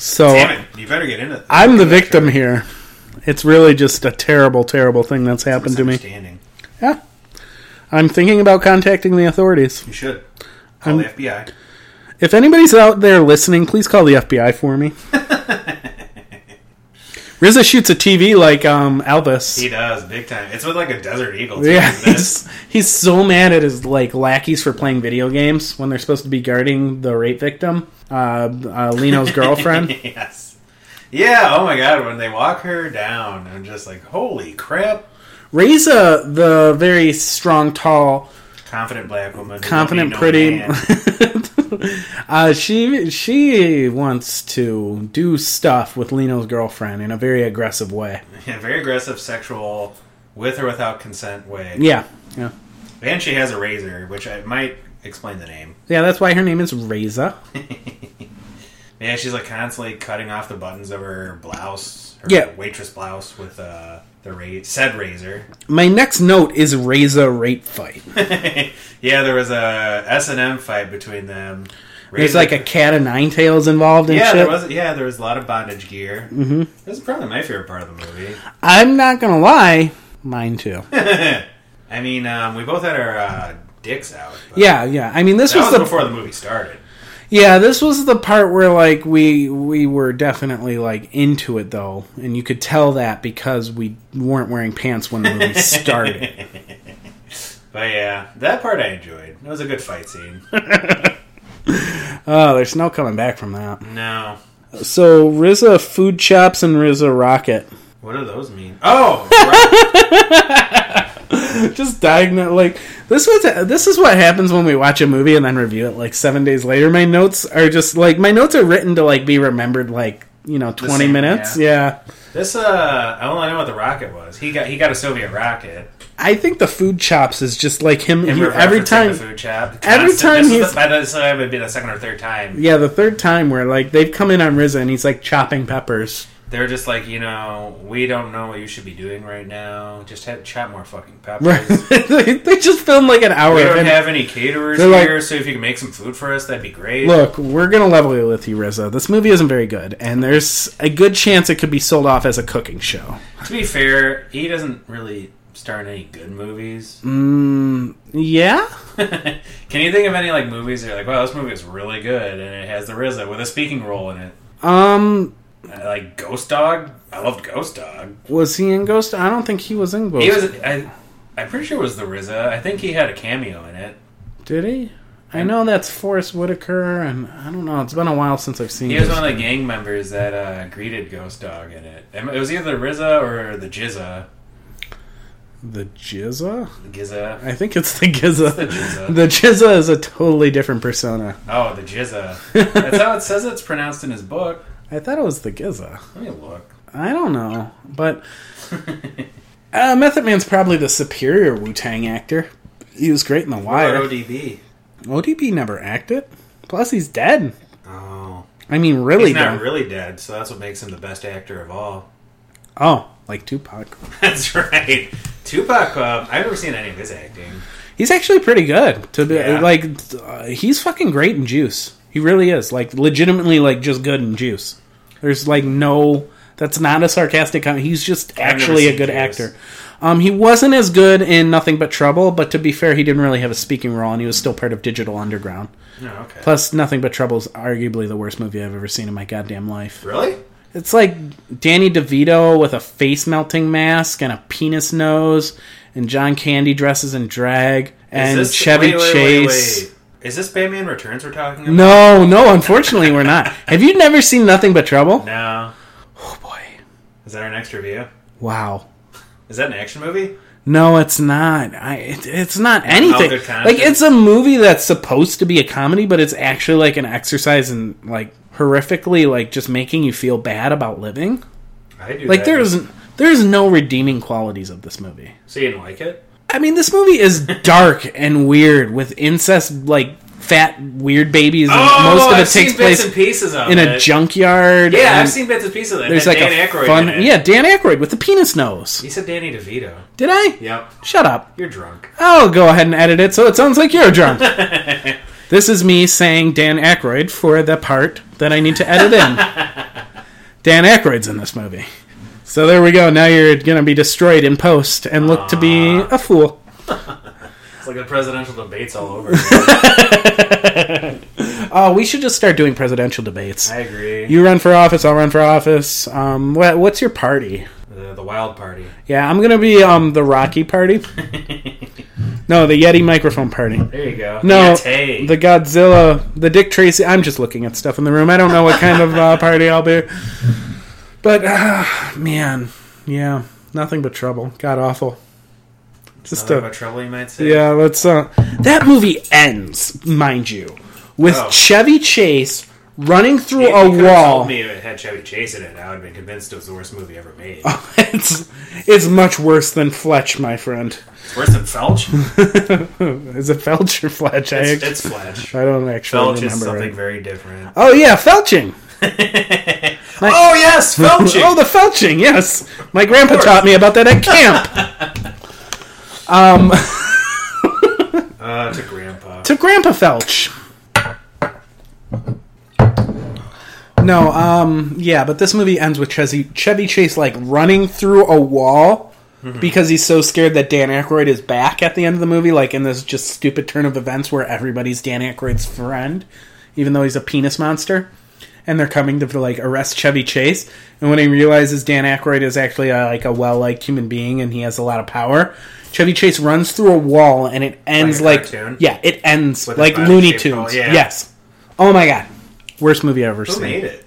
[SPEAKER 1] So
[SPEAKER 2] Damn it! You better get into it.
[SPEAKER 1] I'm the victim here. It's really just a terrible, terrible thing that's happened to me.
[SPEAKER 2] Misunderstanding.
[SPEAKER 1] Yeah. I'm thinking about contacting the authorities.
[SPEAKER 2] You should call the FBI.
[SPEAKER 1] If anybody's out there listening, please call the FBI for me. Rizza shoots a TV like um,
[SPEAKER 2] He
[SPEAKER 1] Elvis.
[SPEAKER 2] does big time. It's with like a desert eagle. too,
[SPEAKER 1] Yeah,
[SPEAKER 2] isn't it?
[SPEAKER 1] he's, he's so mad at his like lackeys for playing video games when they're supposed to be guarding the rape victim, uh, uh, Lino's girlfriend.
[SPEAKER 2] yes. Yeah. Oh my god. When they walk her down, I'm just like, holy crap!
[SPEAKER 1] Reza, the very strong, tall,
[SPEAKER 2] Confident black woman. who
[SPEAKER 1] confident,
[SPEAKER 2] don't need
[SPEAKER 1] pretty.
[SPEAKER 2] no man.
[SPEAKER 1] uh, she she wants to do stuff with Lino's girlfriend in a very aggressive way.
[SPEAKER 2] Yeah, very aggressive, sexual, with or without consent way.
[SPEAKER 1] Yeah, yeah,
[SPEAKER 2] And she has a razor, which I might explain the name.
[SPEAKER 1] yeah. That's why her name is Reza.
[SPEAKER 2] Yeah, she's like constantly cutting off the buttons of her blouse, her
[SPEAKER 1] Yeah.
[SPEAKER 2] waitress blouse with uh, the ra- said razor.
[SPEAKER 1] My next note is Reza rape fight.
[SPEAKER 2] yeah, there was a S and M fight between them.
[SPEAKER 1] There's like a cat of nine tails involved and
[SPEAKER 2] yeah,
[SPEAKER 1] shit.
[SPEAKER 2] there was yeah, there was a lot of bondage gear. Mm-hmm. This is probably my favorite part of the movie.
[SPEAKER 1] I'm not gonna lie, mine too.
[SPEAKER 2] I mean, um, we both had our uh, dicks out. but
[SPEAKER 1] yeah, yeah. I mean, this
[SPEAKER 2] that
[SPEAKER 1] was,
[SPEAKER 2] was,
[SPEAKER 1] the
[SPEAKER 2] before the movie started.
[SPEAKER 1] yeah, this was the part where like we we were definitely like into it though, and you could tell that because we weren't wearing pants when the movie started.
[SPEAKER 2] But yeah, that part I enjoyed. It was a good fight scene.
[SPEAKER 1] Oh, there's no coming back from that.
[SPEAKER 2] no,
[SPEAKER 1] So Rizza food chops and Rizza rocket.
[SPEAKER 2] what do those mean? Oh, right.
[SPEAKER 1] Just diagnose like this was this is what happens when we watch a movie and then review it like seven days later. My notes are just like my notes are written to like be remembered like you know twenty
[SPEAKER 2] same,
[SPEAKER 1] minutes.
[SPEAKER 2] yeah.
[SPEAKER 1] yeah.
[SPEAKER 2] this uh, I only know what the rocket was. He got he got a Soviet rocket.
[SPEAKER 1] I think the food chops is just like him.
[SPEAKER 2] And
[SPEAKER 1] he-
[SPEAKER 2] we're
[SPEAKER 1] every
[SPEAKER 2] referencing
[SPEAKER 1] time,
[SPEAKER 2] the food chap.
[SPEAKER 1] every
[SPEAKER 2] Constant-
[SPEAKER 1] time
[SPEAKER 2] this
[SPEAKER 1] he's-
[SPEAKER 2] is the, by this time would be the second or third time.
[SPEAKER 1] yeah, the third time where like they've come in on Rizza and he's like chopping peppers.
[SPEAKER 2] They're just like, you know, we don't know what you should be doing right now. Just have, chop more fucking peppers.
[SPEAKER 1] Right? they they just filmed like an hour.
[SPEAKER 2] We
[SPEAKER 1] of
[SPEAKER 2] don't
[SPEAKER 1] him.
[SPEAKER 2] have any caterers
[SPEAKER 1] They're like-
[SPEAKER 2] here, so if you can make some food for us, that'd be great.
[SPEAKER 1] Look, we're gonna level you with you, Rizza. This movie isn't very good, and there's a good chance it could be sold off as a cooking show.
[SPEAKER 2] To be fair, he doesn't really star in any good movies.
[SPEAKER 1] Yeah,
[SPEAKER 2] can you think of any like movies that are like, wow, this movie is really good, and it has the RZA with a speaking role in it?
[SPEAKER 1] Um,
[SPEAKER 2] Uh, like Ghost Dog. I loved Ghost Dog.
[SPEAKER 1] was he in Ghost? I don't think he was in Ghost.
[SPEAKER 2] He was. I, I'm pretty sure it was the RZA. I think he had a cameo in it.
[SPEAKER 1] Did he? I know that's Forrest Whitaker, and I don't know. It's been a while since I've seen.
[SPEAKER 2] He was
[SPEAKER 1] Ghost.
[SPEAKER 2] one of the gang members that uh, greeted Ghost Dog in it. It was either RZA or the Jizza.
[SPEAKER 1] the Jizza.
[SPEAKER 2] The Gizza.
[SPEAKER 1] I think it's the Gizza.
[SPEAKER 2] The Jizza.
[SPEAKER 1] The Jizza is a totally different persona.
[SPEAKER 2] Oh, the Jizza. That's how it says it's pronounced in his book.
[SPEAKER 1] I thought it was the Gizza.
[SPEAKER 2] Let me look.
[SPEAKER 1] I don't know, but uh, Method Man's probably the superior Wu Tang actor. He was great in The Wire.
[SPEAKER 2] ODB.
[SPEAKER 1] ODB never acted. Plus, he's dead.
[SPEAKER 2] Oh.
[SPEAKER 1] I mean, really
[SPEAKER 2] He's
[SPEAKER 1] dead.
[SPEAKER 2] not really dead, so that's what makes him the best actor of all.
[SPEAKER 1] oh, like Tupac.
[SPEAKER 2] That's right. Tupac, uh, I've never seen any of his acting.
[SPEAKER 1] He's actually pretty good. To be
[SPEAKER 2] Yeah.
[SPEAKER 1] like, uh, he's fucking great in Juice. He really is. Like, legitimately, like just good in Juice. There's like no. That's not a sarcastic comment. He's just
[SPEAKER 2] never
[SPEAKER 1] actually a
[SPEAKER 2] seen
[SPEAKER 1] good
[SPEAKER 2] Juice.
[SPEAKER 1] actor. Um, he wasn't as good in Nothing But Trouble, but to be fair, he didn't really have a speaking role, and he was still part of Digital Underground.
[SPEAKER 2] No, okay.
[SPEAKER 1] Plus, Nothing But Trouble is arguably the worst movie I've ever seen in my goddamn life.
[SPEAKER 2] really?
[SPEAKER 1] It's like Danny DeVito with a face melting mask and a penis nose, and John Candy dresses in drag,
[SPEAKER 2] Is
[SPEAKER 1] and
[SPEAKER 2] this-
[SPEAKER 1] Chevy
[SPEAKER 2] wait, wait, wait,
[SPEAKER 1] Chase.
[SPEAKER 2] wait. Is this Batman Returns we're talking about?
[SPEAKER 1] No, no, unfortunately, we're not. Have you never seen Nothing But Trouble?
[SPEAKER 2] No.
[SPEAKER 1] Oh boy.
[SPEAKER 2] Is that our next review?
[SPEAKER 1] Wow.
[SPEAKER 2] Is that an action movie?
[SPEAKER 1] No, it's not. I, it, it's not anything.
[SPEAKER 2] good content.
[SPEAKER 1] Like it's a movie that's supposed to be a comedy, but it's actually like an exercise in like horrifically like just making you feel bad about living.
[SPEAKER 2] I do.
[SPEAKER 1] Like
[SPEAKER 2] that.
[SPEAKER 1] there is there is no redeeming qualities of this movie.
[SPEAKER 2] So you didn't like it?
[SPEAKER 1] I mean, this movie is dark and weird with incest, like fat, weird babies, and most of it
[SPEAKER 2] Oh, I've seen
[SPEAKER 1] takes
[SPEAKER 2] bits
[SPEAKER 1] place
[SPEAKER 2] and pieces of
[SPEAKER 1] in
[SPEAKER 2] it.
[SPEAKER 1] a junkyard.
[SPEAKER 2] Yeah,
[SPEAKER 1] and
[SPEAKER 2] I've seen bits and pieces of it.
[SPEAKER 1] There's
[SPEAKER 2] And
[SPEAKER 1] like a
[SPEAKER 2] Dan Aykroyd
[SPEAKER 1] fun,
[SPEAKER 2] in it.
[SPEAKER 1] yeah, Dan Aykroyd with the penis nose.
[SPEAKER 2] You said Danny DeVito.
[SPEAKER 1] Did I?
[SPEAKER 2] Yep.
[SPEAKER 1] Shut up.
[SPEAKER 2] You're drunk.
[SPEAKER 1] I'll go ahead and edit it so it sounds like you're drunk. this is me saying Dan Aykroyd for the part that I need to edit in. Dan Aykroyd's in this movie. So there we go. Now you're going to be destroyed in post and look to be
[SPEAKER 2] Ah.
[SPEAKER 1] a fool.
[SPEAKER 2] It's like the presidential debates all over. again.
[SPEAKER 1] Oh, we should just start doing presidential debates.
[SPEAKER 2] I agree.
[SPEAKER 1] You run for office, I'll run for office. Um, what, what's your party?
[SPEAKER 2] the, the wild party.
[SPEAKER 1] Yeah, I'm gonna be um the Rocky party. no, the Yeti microphone party.
[SPEAKER 2] There you go.
[SPEAKER 1] No,
[SPEAKER 2] Yay.
[SPEAKER 1] the Godzilla, the Dick Tracy. I'm just looking at stuff in the room. I don't know what kind of uh, party I'll be. But uh, man, yeah, nothing but trouble. God awful. Just
[SPEAKER 2] Another
[SPEAKER 1] a,
[SPEAKER 2] about trouble, you might say.
[SPEAKER 1] yeah. Let's uh, that movie ends, mind you, with
[SPEAKER 2] Oh.
[SPEAKER 1] Chevy Chase running through
[SPEAKER 2] If you
[SPEAKER 1] a
[SPEAKER 2] could've
[SPEAKER 1] wall.
[SPEAKER 2] Told me if it had Chevy Chase in it, I would have been convinced it was the worst movie ever made.
[SPEAKER 1] Oh. it's it's much worse than Fletch, my friend.
[SPEAKER 2] It's worse than Felch.
[SPEAKER 1] Is it Felch or Fletch? I,
[SPEAKER 2] It's,
[SPEAKER 1] act-
[SPEAKER 2] it's Fletch.
[SPEAKER 1] I don't actually
[SPEAKER 2] Felch is
[SPEAKER 1] remember.
[SPEAKER 2] something
[SPEAKER 1] right.
[SPEAKER 2] very different.
[SPEAKER 1] Oh yeah, felching.
[SPEAKER 2] oh yes, Felching.
[SPEAKER 1] Oh, the felching. Yes, my grandpa taught me about that at camp. um,
[SPEAKER 2] uh, to Grandpa.
[SPEAKER 1] to Grandpa Felch. No, um, yeah, but this movie ends with Chevy, Chevy Chase like running through a wall
[SPEAKER 2] Mm-hmm.
[SPEAKER 1] because he's so scared that Dan Aykroyd is back at the end of the movie, like in this just stupid turn of events where everybody's Dan Aykroyd's friend, even though he's a penis monster. And they're coming to like arrest Chevy Chase, and when he realizes Dan Aykroyd is actually a, like a well-liked human being and he has a lot of power, Chevy Chase runs through a wall, and it ends
[SPEAKER 2] a
[SPEAKER 1] like,
[SPEAKER 2] cartoon?
[SPEAKER 1] yeah, it ends
[SPEAKER 2] With
[SPEAKER 1] like
[SPEAKER 2] a
[SPEAKER 1] Looney
[SPEAKER 2] body shape doll,
[SPEAKER 1] Tunes.
[SPEAKER 2] yeah.
[SPEAKER 1] Yes. Oh my god. Worst movie I've ever
[SPEAKER 2] Who
[SPEAKER 1] seen.
[SPEAKER 2] made it?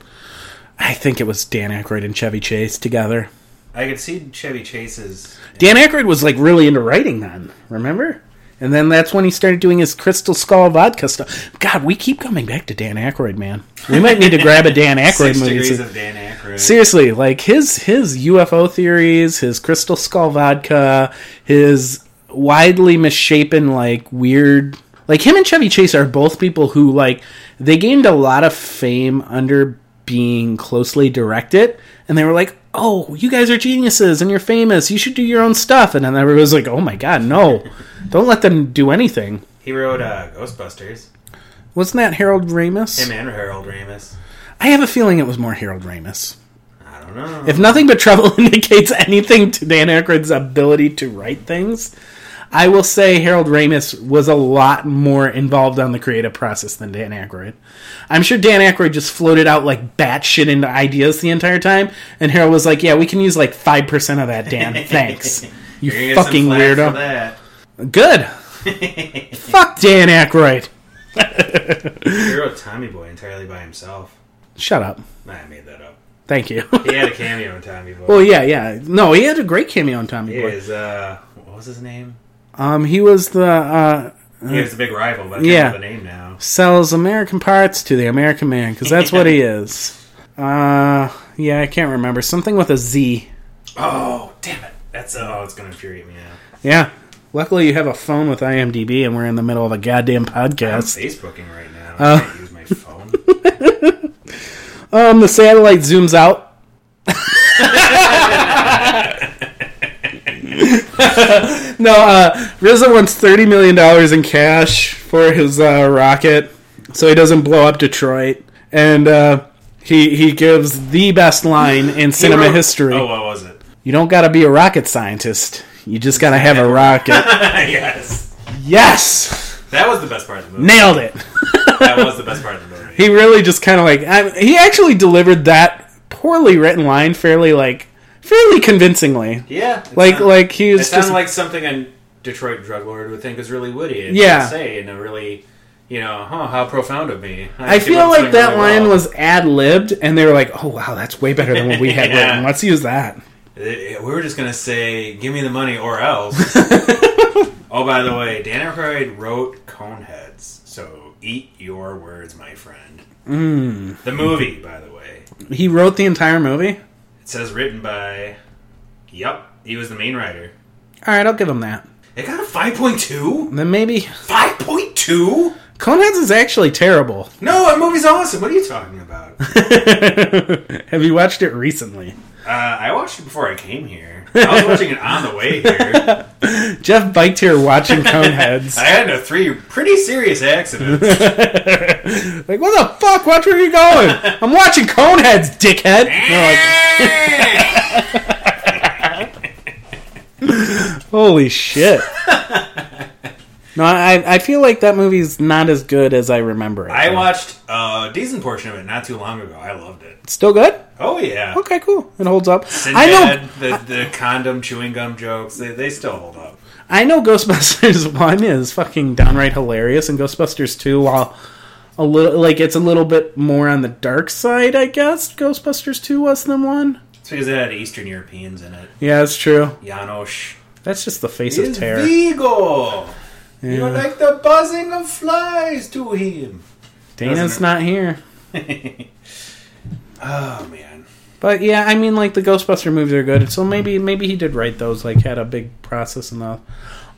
[SPEAKER 1] I think it was Dan Aykroyd and Chevy Chase together.
[SPEAKER 2] I could see Chevy Chase's.
[SPEAKER 1] Dan Aykroyd was like really into writing then, remember? And then that's when he started doing his Crystal Skull vodka stuff. God, we keep coming back to Dan Aykroyd, man. We might need to grab a Dan Aykroyd
[SPEAKER 2] Six
[SPEAKER 1] movie.
[SPEAKER 2] degrees
[SPEAKER 1] soon.
[SPEAKER 2] of Dan Aykroyd.
[SPEAKER 1] Seriously, like his his UFO theories, his crystal skull vodka, his widely misshapen like weird like him and Chevy Chase are both people who like they gained a lot of fame under being closely directed and they were like, "Oh, you guys are geniuses and you're famous. You should do your own stuff." And then everybody was like, "Oh my god, no. Don't let them do anything."
[SPEAKER 2] he wrote uh, Ghostbusters.
[SPEAKER 1] Wasn't that Harold Ramis?
[SPEAKER 2] Him and Harold Ramis.
[SPEAKER 1] I have a feeling it was more Harold Ramis.
[SPEAKER 2] I don't know.
[SPEAKER 1] If nothing but trouble indicates anything to Dan Aykroyd's ability to write things, I will say Harold Ramis was a lot more involved on the creative process than Dan Aykroyd. I'm sure Dan Aykroyd just floated out like batshit into ideas the entire time, and Harold was like, "Yeah, we can use like five percent of that, Dan. Thanks,
[SPEAKER 2] You're gonna
[SPEAKER 1] you
[SPEAKER 2] get some
[SPEAKER 1] fucking
[SPEAKER 2] flack for
[SPEAKER 1] weirdo."
[SPEAKER 2] that.
[SPEAKER 1] Good. Fuck Dan Aykroyd.
[SPEAKER 2] He wrote Tommy Boy entirely by himself.
[SPEAKER 1] Shut up.
[SPEAKER 2] Nah, I made that up.
[SPEAKER 1] Thank you.
[SPEAKER 2] He had a cameo in Tommy Boy.
[SPEAKER 1] well, yeah, yeah. No, he had a great cameo on Tommy
[SPEAKER 2] He
[SPEAKER 1] Boy.
[SPEAKER 2] was, uh, what was his name?
[SPEAKER 1] Um, he was the uh,
[SPEAKER 2] He was the big rival, but I can't
[SPEAKER 1] Yeah.
[SPEAKER 2] remember the name now.
[SPEAKER 1] sells American parts to the American man because that's what he is. Uh, yeah, I can't remember something with a Z.
[SPEAKER 2] Oh, damn it. That's, oh, it's going to infuriate me now.
[SPEAKER 1] Yeah. Luckily, you have a phone with IMDb, and we're in the middle of a goddamn
[SPEAKER 2] I'm
[SPEAKER 1] podcast.
[SPEAKER 2] Facebooking right now.
[SPEAKER 1] Uh.
[SPEAKER 2] I can't use my phone.
[SPEAKER 1] Um, the satellite zooms out. no, uh, Rizzo wants thirty million dollars in cash for his uh, rocket, so he doesn't blow up Detroit. And uh, he he gives the best line in cinema
[SPEAKER 2] He wrote-
[SPEAKER 1] history.
[SPEAKER 2] Oh, what was it?
[SPEAKER 1] You don't gotta be a rocket scientist. You just gotta have a rocket.
[SPEAKER 2] yes.
[SPEAKER 1] yes!
[SPEAKER 2] That was the best part of the movie.
[SPEAKER 1] Nailed it!
[SPEAKER 2] That was the best part of the movie.
[SPEAKER 1] He really just kind of like. I, he actually delivered that poorly written line fairly, like, fairly convincingly.
[SPEAKER 2] yeah. it
[SPEAKER 1] Like,
[SPEAKER 2] sound-
[SPEAKER 1] like he
[SPEAKER 2] It
[SPEAKER 1] was
[SPEAKER 2] sounded
[SPEAKER 1] just.
[SPEAKER 2] like something a Detroit drug lord would think is really witty. And
[SPEAKER 1] Yeah.
[SPEAKER 2] Say in a really, you know, huh, how profound of me.
[SPEAKER 1] I
[SPEAKER 2] actually
[SPEAKER 1] feel
[SPEAKER 2] wrote
[SPEAKER 1] like
[SPEAKER 2] something
[SPEAKER 1] that
[SPEAKER 2] really
[SPEAKER 1] line
[SPEAKER 2] well.
[SPEAKER 1] was ad libbed, and they were like, oh wow, that's way better than what we had
[SPEAKER 2] Yeah.
[SPEAKER 1] written. Let's use that.
[SPEAKER 2] Eh, We were just gonna say, "Give me the money or else." oh, by the way, Dan Aykroyd wrote Coneheads, so eat your words, my friend. Mm. The movie, by the way,
[SPEAKER 1] He wrote the entire movie?
[SPEAKER 2] it says written by. Yup, he was the main writer.
[SPEAKER 1] Alright, I'll give him that.
[SPEAKER 2] It got a five point two.
[SPEAKER 1] Then maybe.
[SPEAKER 2] Five point two?
[SPEAKER 1] Coneheads is actually terrible.
[SPEAKER 2] No, that movie's awesome. What are you talking about?
[SPEAKER 1] have you watched it recently?
[SPEAKER 2] Uh, I watched it before I came here. I was watching it on the way here.
[SPEAKER 1] Jeff biked here watching Coneheads.
[SPEAKER 2] I had a three pretty serious accidents.
[SPEAKER 1] like, what the fuck? Watch where you're going. I'm watching Coneheads, dickhead. And they're like, holy shit. No, I, I feel like that movie's not as good as I remember it.
[SPEAKER 2] I watched a decent portion of it not too long ago. I loved it.
[SPEAKER 1] It's still good?
[SPEAKER 2] Oh yeah,
[SPEAKER 1] Okay, cool. It holds up. I know
[SPEAKER 2] Sinbad, the the condom chewing gum jokes they, they still hold up.
[SPEAKER 1] I know Ghostbusters 1 is fucking downright hilarious and Ghostbusters 2 while a little like it's a little bit more on the dark side, I guess. Ghostbusters 2 was than 1.
[SPEAKER 2] It's because it had Eastern Europeans in it.
[SPEAKER 1] Yeah, that's true.
[SPEAKER 2] Janosch
[SPEAKER 1] That's just the face of
[SPEAKER 2] is
[SPEAKER 1] terror.
[SPEAKER 2] Vigo.
[SPEAKER 1] Yeah.
[SPEAKER 2] You're like the buzzing of flies to him.
[SPEAKER 1] Dana's
[SPEAKER 2] Doesn't it?
[SPEAKER 1] not here.
[SPEAKER 2] Oh man.
[SPEAKER 1] But yeah, I mean, like the Ghostbuster movies are good, so maybe maybe he did write those. Like had a big process and all.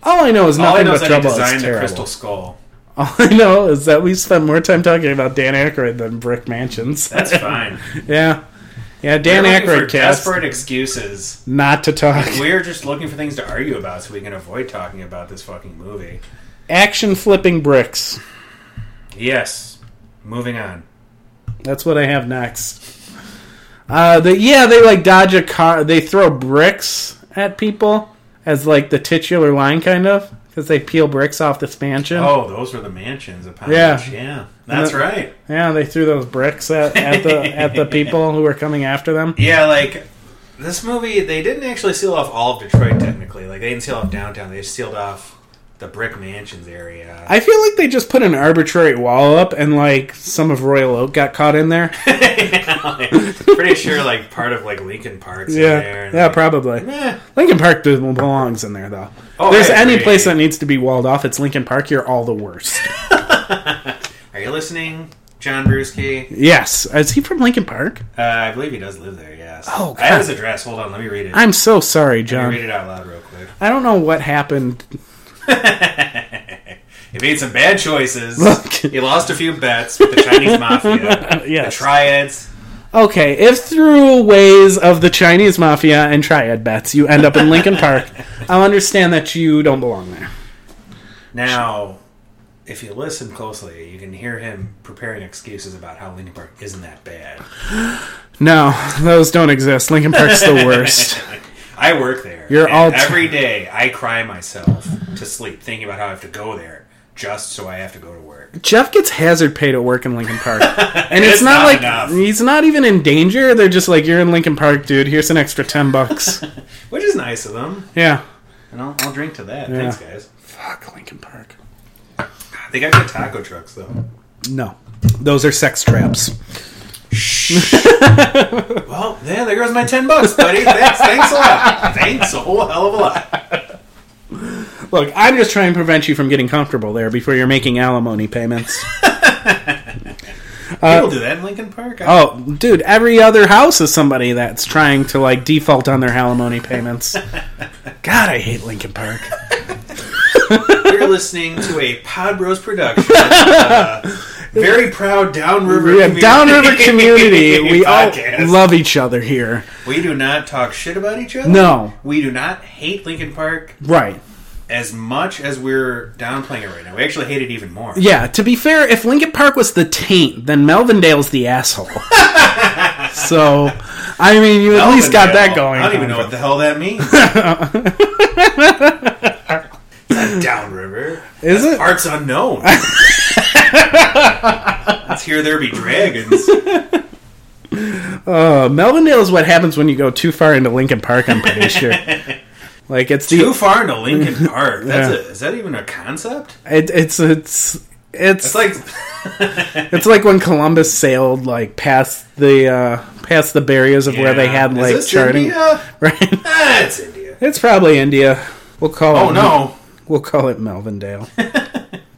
[SPEAKER 1] All I know is
[SPEAKER 2] All
[SPEAKER 1] nothing
[SPEAKER 2] I know is
[SPEAKER 1] but
[SPEAKER 2] that he
[SPEAKER 1] trouble. is
[SPEAKER 2] designed the
[SPEAKER 1] terrible.
[SPEAKER 2] crystal skull.
[SPEAKER 1] All I know is that we spent more time talking about Dan Aykroyd than brick mansions.
[SPEAKER 2] That's fine.
[SPEAKER 1] yeah, yeah. Dan
[SPEAKER 2] We're looking for
[SPEAKER 1] Aykroyd cast
[SPEAKER 2] Desperate excuses.
[SPEAKER 1] not to talk.
[SPEAKER 2] We're just looking for things to argue about so we can avoid talking about this fucking movie.
[SPEAKER 1] Action flipping bricks.
[SPEAKER 2] Yes. Moving on.
[SPEAKER 1] That's what I have next. Uh, the, yeah, they like dodge a car. They throw bricks at people as like the titular line, kind of, because they peel bricks off this mansion.
[SPEAKER 2] Oh, those were the mansions upon
[SPEAKER 1] Yeah.
[SPEAKER 2] which- Yeah. That's
[SPEAKER 1] Yeah.
[SPEAKER 2] right.
[SPEAKER 1] Yeah, they threw those bricks at, at the at the people who were coming after them.
[SPEAKER 2] Yeah, like this movie, they didn't actually seal off all of Detroit technically. Like they didn't seal off downtown. They sealed off the brick mansions area.
[SPEAKER 1] I feel like they just put an arbitrary wall up, and like some of Royal Oak got caught in there.
[SPEAKER 2] pretty sure like part of like Lincoln Park's in there.
[SPEAKER 1] Yeah,
[SPEAKER 2] and,
[SPEAKER 1] yeah,
[SPEAKER 2] like,
[SPEAKER 1] probably.
[SPEAKER 2] eh.
[SPEAKER 1] Lincoln Park does- belongs in there though.
[SPEAKER 2] Oh,
[SPEAKER 1] There's
[SPEAKER 2] I
[SPEAKER 1] any
[SPEAKER 2] agree.
[SPEAKER 1] place that needs to be walled off. It's Lincoln Park. You're all the worst.
[SPEAKER 2] Are you listening, John Brewski?
[SPEAKER 1] yes, is he from Lincoln Park?
[SPEAKER 2] Uh, I believe he does live there. Yes.
[SPEAKER 1] Oh,
[SPEAKER 2] I have his
[SPEAKER 1] God.
[SPEAKER 2] address. Hold on, let me read it.
[SPEAKER 1] I'm so sorry,
[SPEAKER 2] Let
[SPEAKER 1] John.
[SPEAKER 2] me read it out loud real quick.
[SPEAKER 1] I don't know what happened.
[SPEAKER 2] He made some bad choices.
[SPEAKER 1] Look.
[SPEAKER 2] He lost a few bets with the Chinese mafia,
[SPEAKER 1] Yes.
[SPEAKER 2] the triads.
[SPEAKER 1] Okay, if through ways of the Chinese mafia and triad bets you end up in Lincoln Park, I'll understand that you don't belong there.
[SPEAKER 2] Now, if you listen closely, you can hear him preparing excuses about how Lincoln Park isn't that bad.
[SPEAKER 1] No, those don't exist. Lincoln Park's the worst.
[SPEAKER 2] I work there.
[SPEAKER 1] You're
[SPEAKER 2] and
[SPEAKER 1] all t-
[SPEAKER 2] every day. I cry myself to sleep thinking about how I have to go there just so I have to go to work.
[SPEAKER 1] Jeff gets hazard pay to work in Lincoln Park. And it's,
[SPEAKER 2] It's
[SPEAKER 1] not,
[SPEAKER 2] not
[SPEAKER 1] like
[SPEAKER 2] enough.
[SPEAKER 1] he's not even in danger. They're just like, you're in Lincoln Park, dude. Here's an extra 10 bucks.
[SPEAKER 2] Which is nice of them.
[SPEAKER 1] yeah.
[SPEAKER 2] And I'll, I'll drink to that. Thanks, guys.
[SPEAKER 1] Fuck Lincoln Park.
[SPEAKER 2] They got good taco trucks, though.
[SPEAKER 1] No, those are sex traps.
[SPEAKER 2] Well, yeah, there goes my 10 bucks, buddy. Thanks, thanks a lot. Thanks a whole hell of a lot.
[SPEAKER 1] Look, I'm just trying to prevent you from getting comfortable there before you're making alimony payments.
[SPEAKER 2] People do that in Lincoln Park. I-
[SPEAKER 1] Uh, Oh, dude, every other house is somebody that's trying to like default on their alimony payments. God, I hate Lincoln Park.
[SPEAKER 2] You're listening to a Pod Bros production. Uh, very proud Downriver
[SPEAKER 1] We have
[SPEAKER 2] community.
[SPEAKER 1] downriver community. We all
[SPEAKER 2] podcast.
[SPEAKER 1] love each other here.
[SPEAKER 2] We do not talk shit about each other.
[SPEAKER 1] No.
[SPEAKER 2] We do not hate Lincoln Park
[SPEAKER 1] Right.
[SPEAKER 2] as much as we're downplaying it right now. We actually hate it even more.
[SPEAKER 1] Yeah, to be fair, if Lincoln Park was the taint, then Melvindale's the asshole. so, I mean, you at least got that going.
[SPEAKER 2] I don't even know what the hell that means. It's not Downriver.
[SPEAKER 1] Is it?
[SPEAKER 2] Art's unknown. Let's hear there be dragons.
[SPEAKER 1] Uh, Melvindale is what happens when you go too far into Lincoln Park, I'm pretty sure. like, it's the.
[SPEAKER 2] Too far into Lincoln Park. That's
[SPEAKER 1] Yeah.
[SPEAKER 2] a, is that even a concept?
[SPEAKER 1] It, it's, it's. It's
[SPEAKER 2] It's like
[SPEAKER 1] It's like when Columbus sailed like past the uh, past the barriers of where they
[SPEAKER 2] Yeah.
[SPEAKER 1] had
[SPEAKER 2] Is
[SPEAKER 1] like
[SPEAKER 2] this
[SPEAKER 1] charting.
[SPEAKER 2] India?
[SPEAKER 1] Right?
[SPEAKER 2] Ah, it's India.
[SPEAKER 1] It's probably India. We'll call
[SPEAKER 2] Oh
[SPEAKER 1] it
[SPEAKER 2] no!
[SPEAKER 1] We'll call it Melvindale.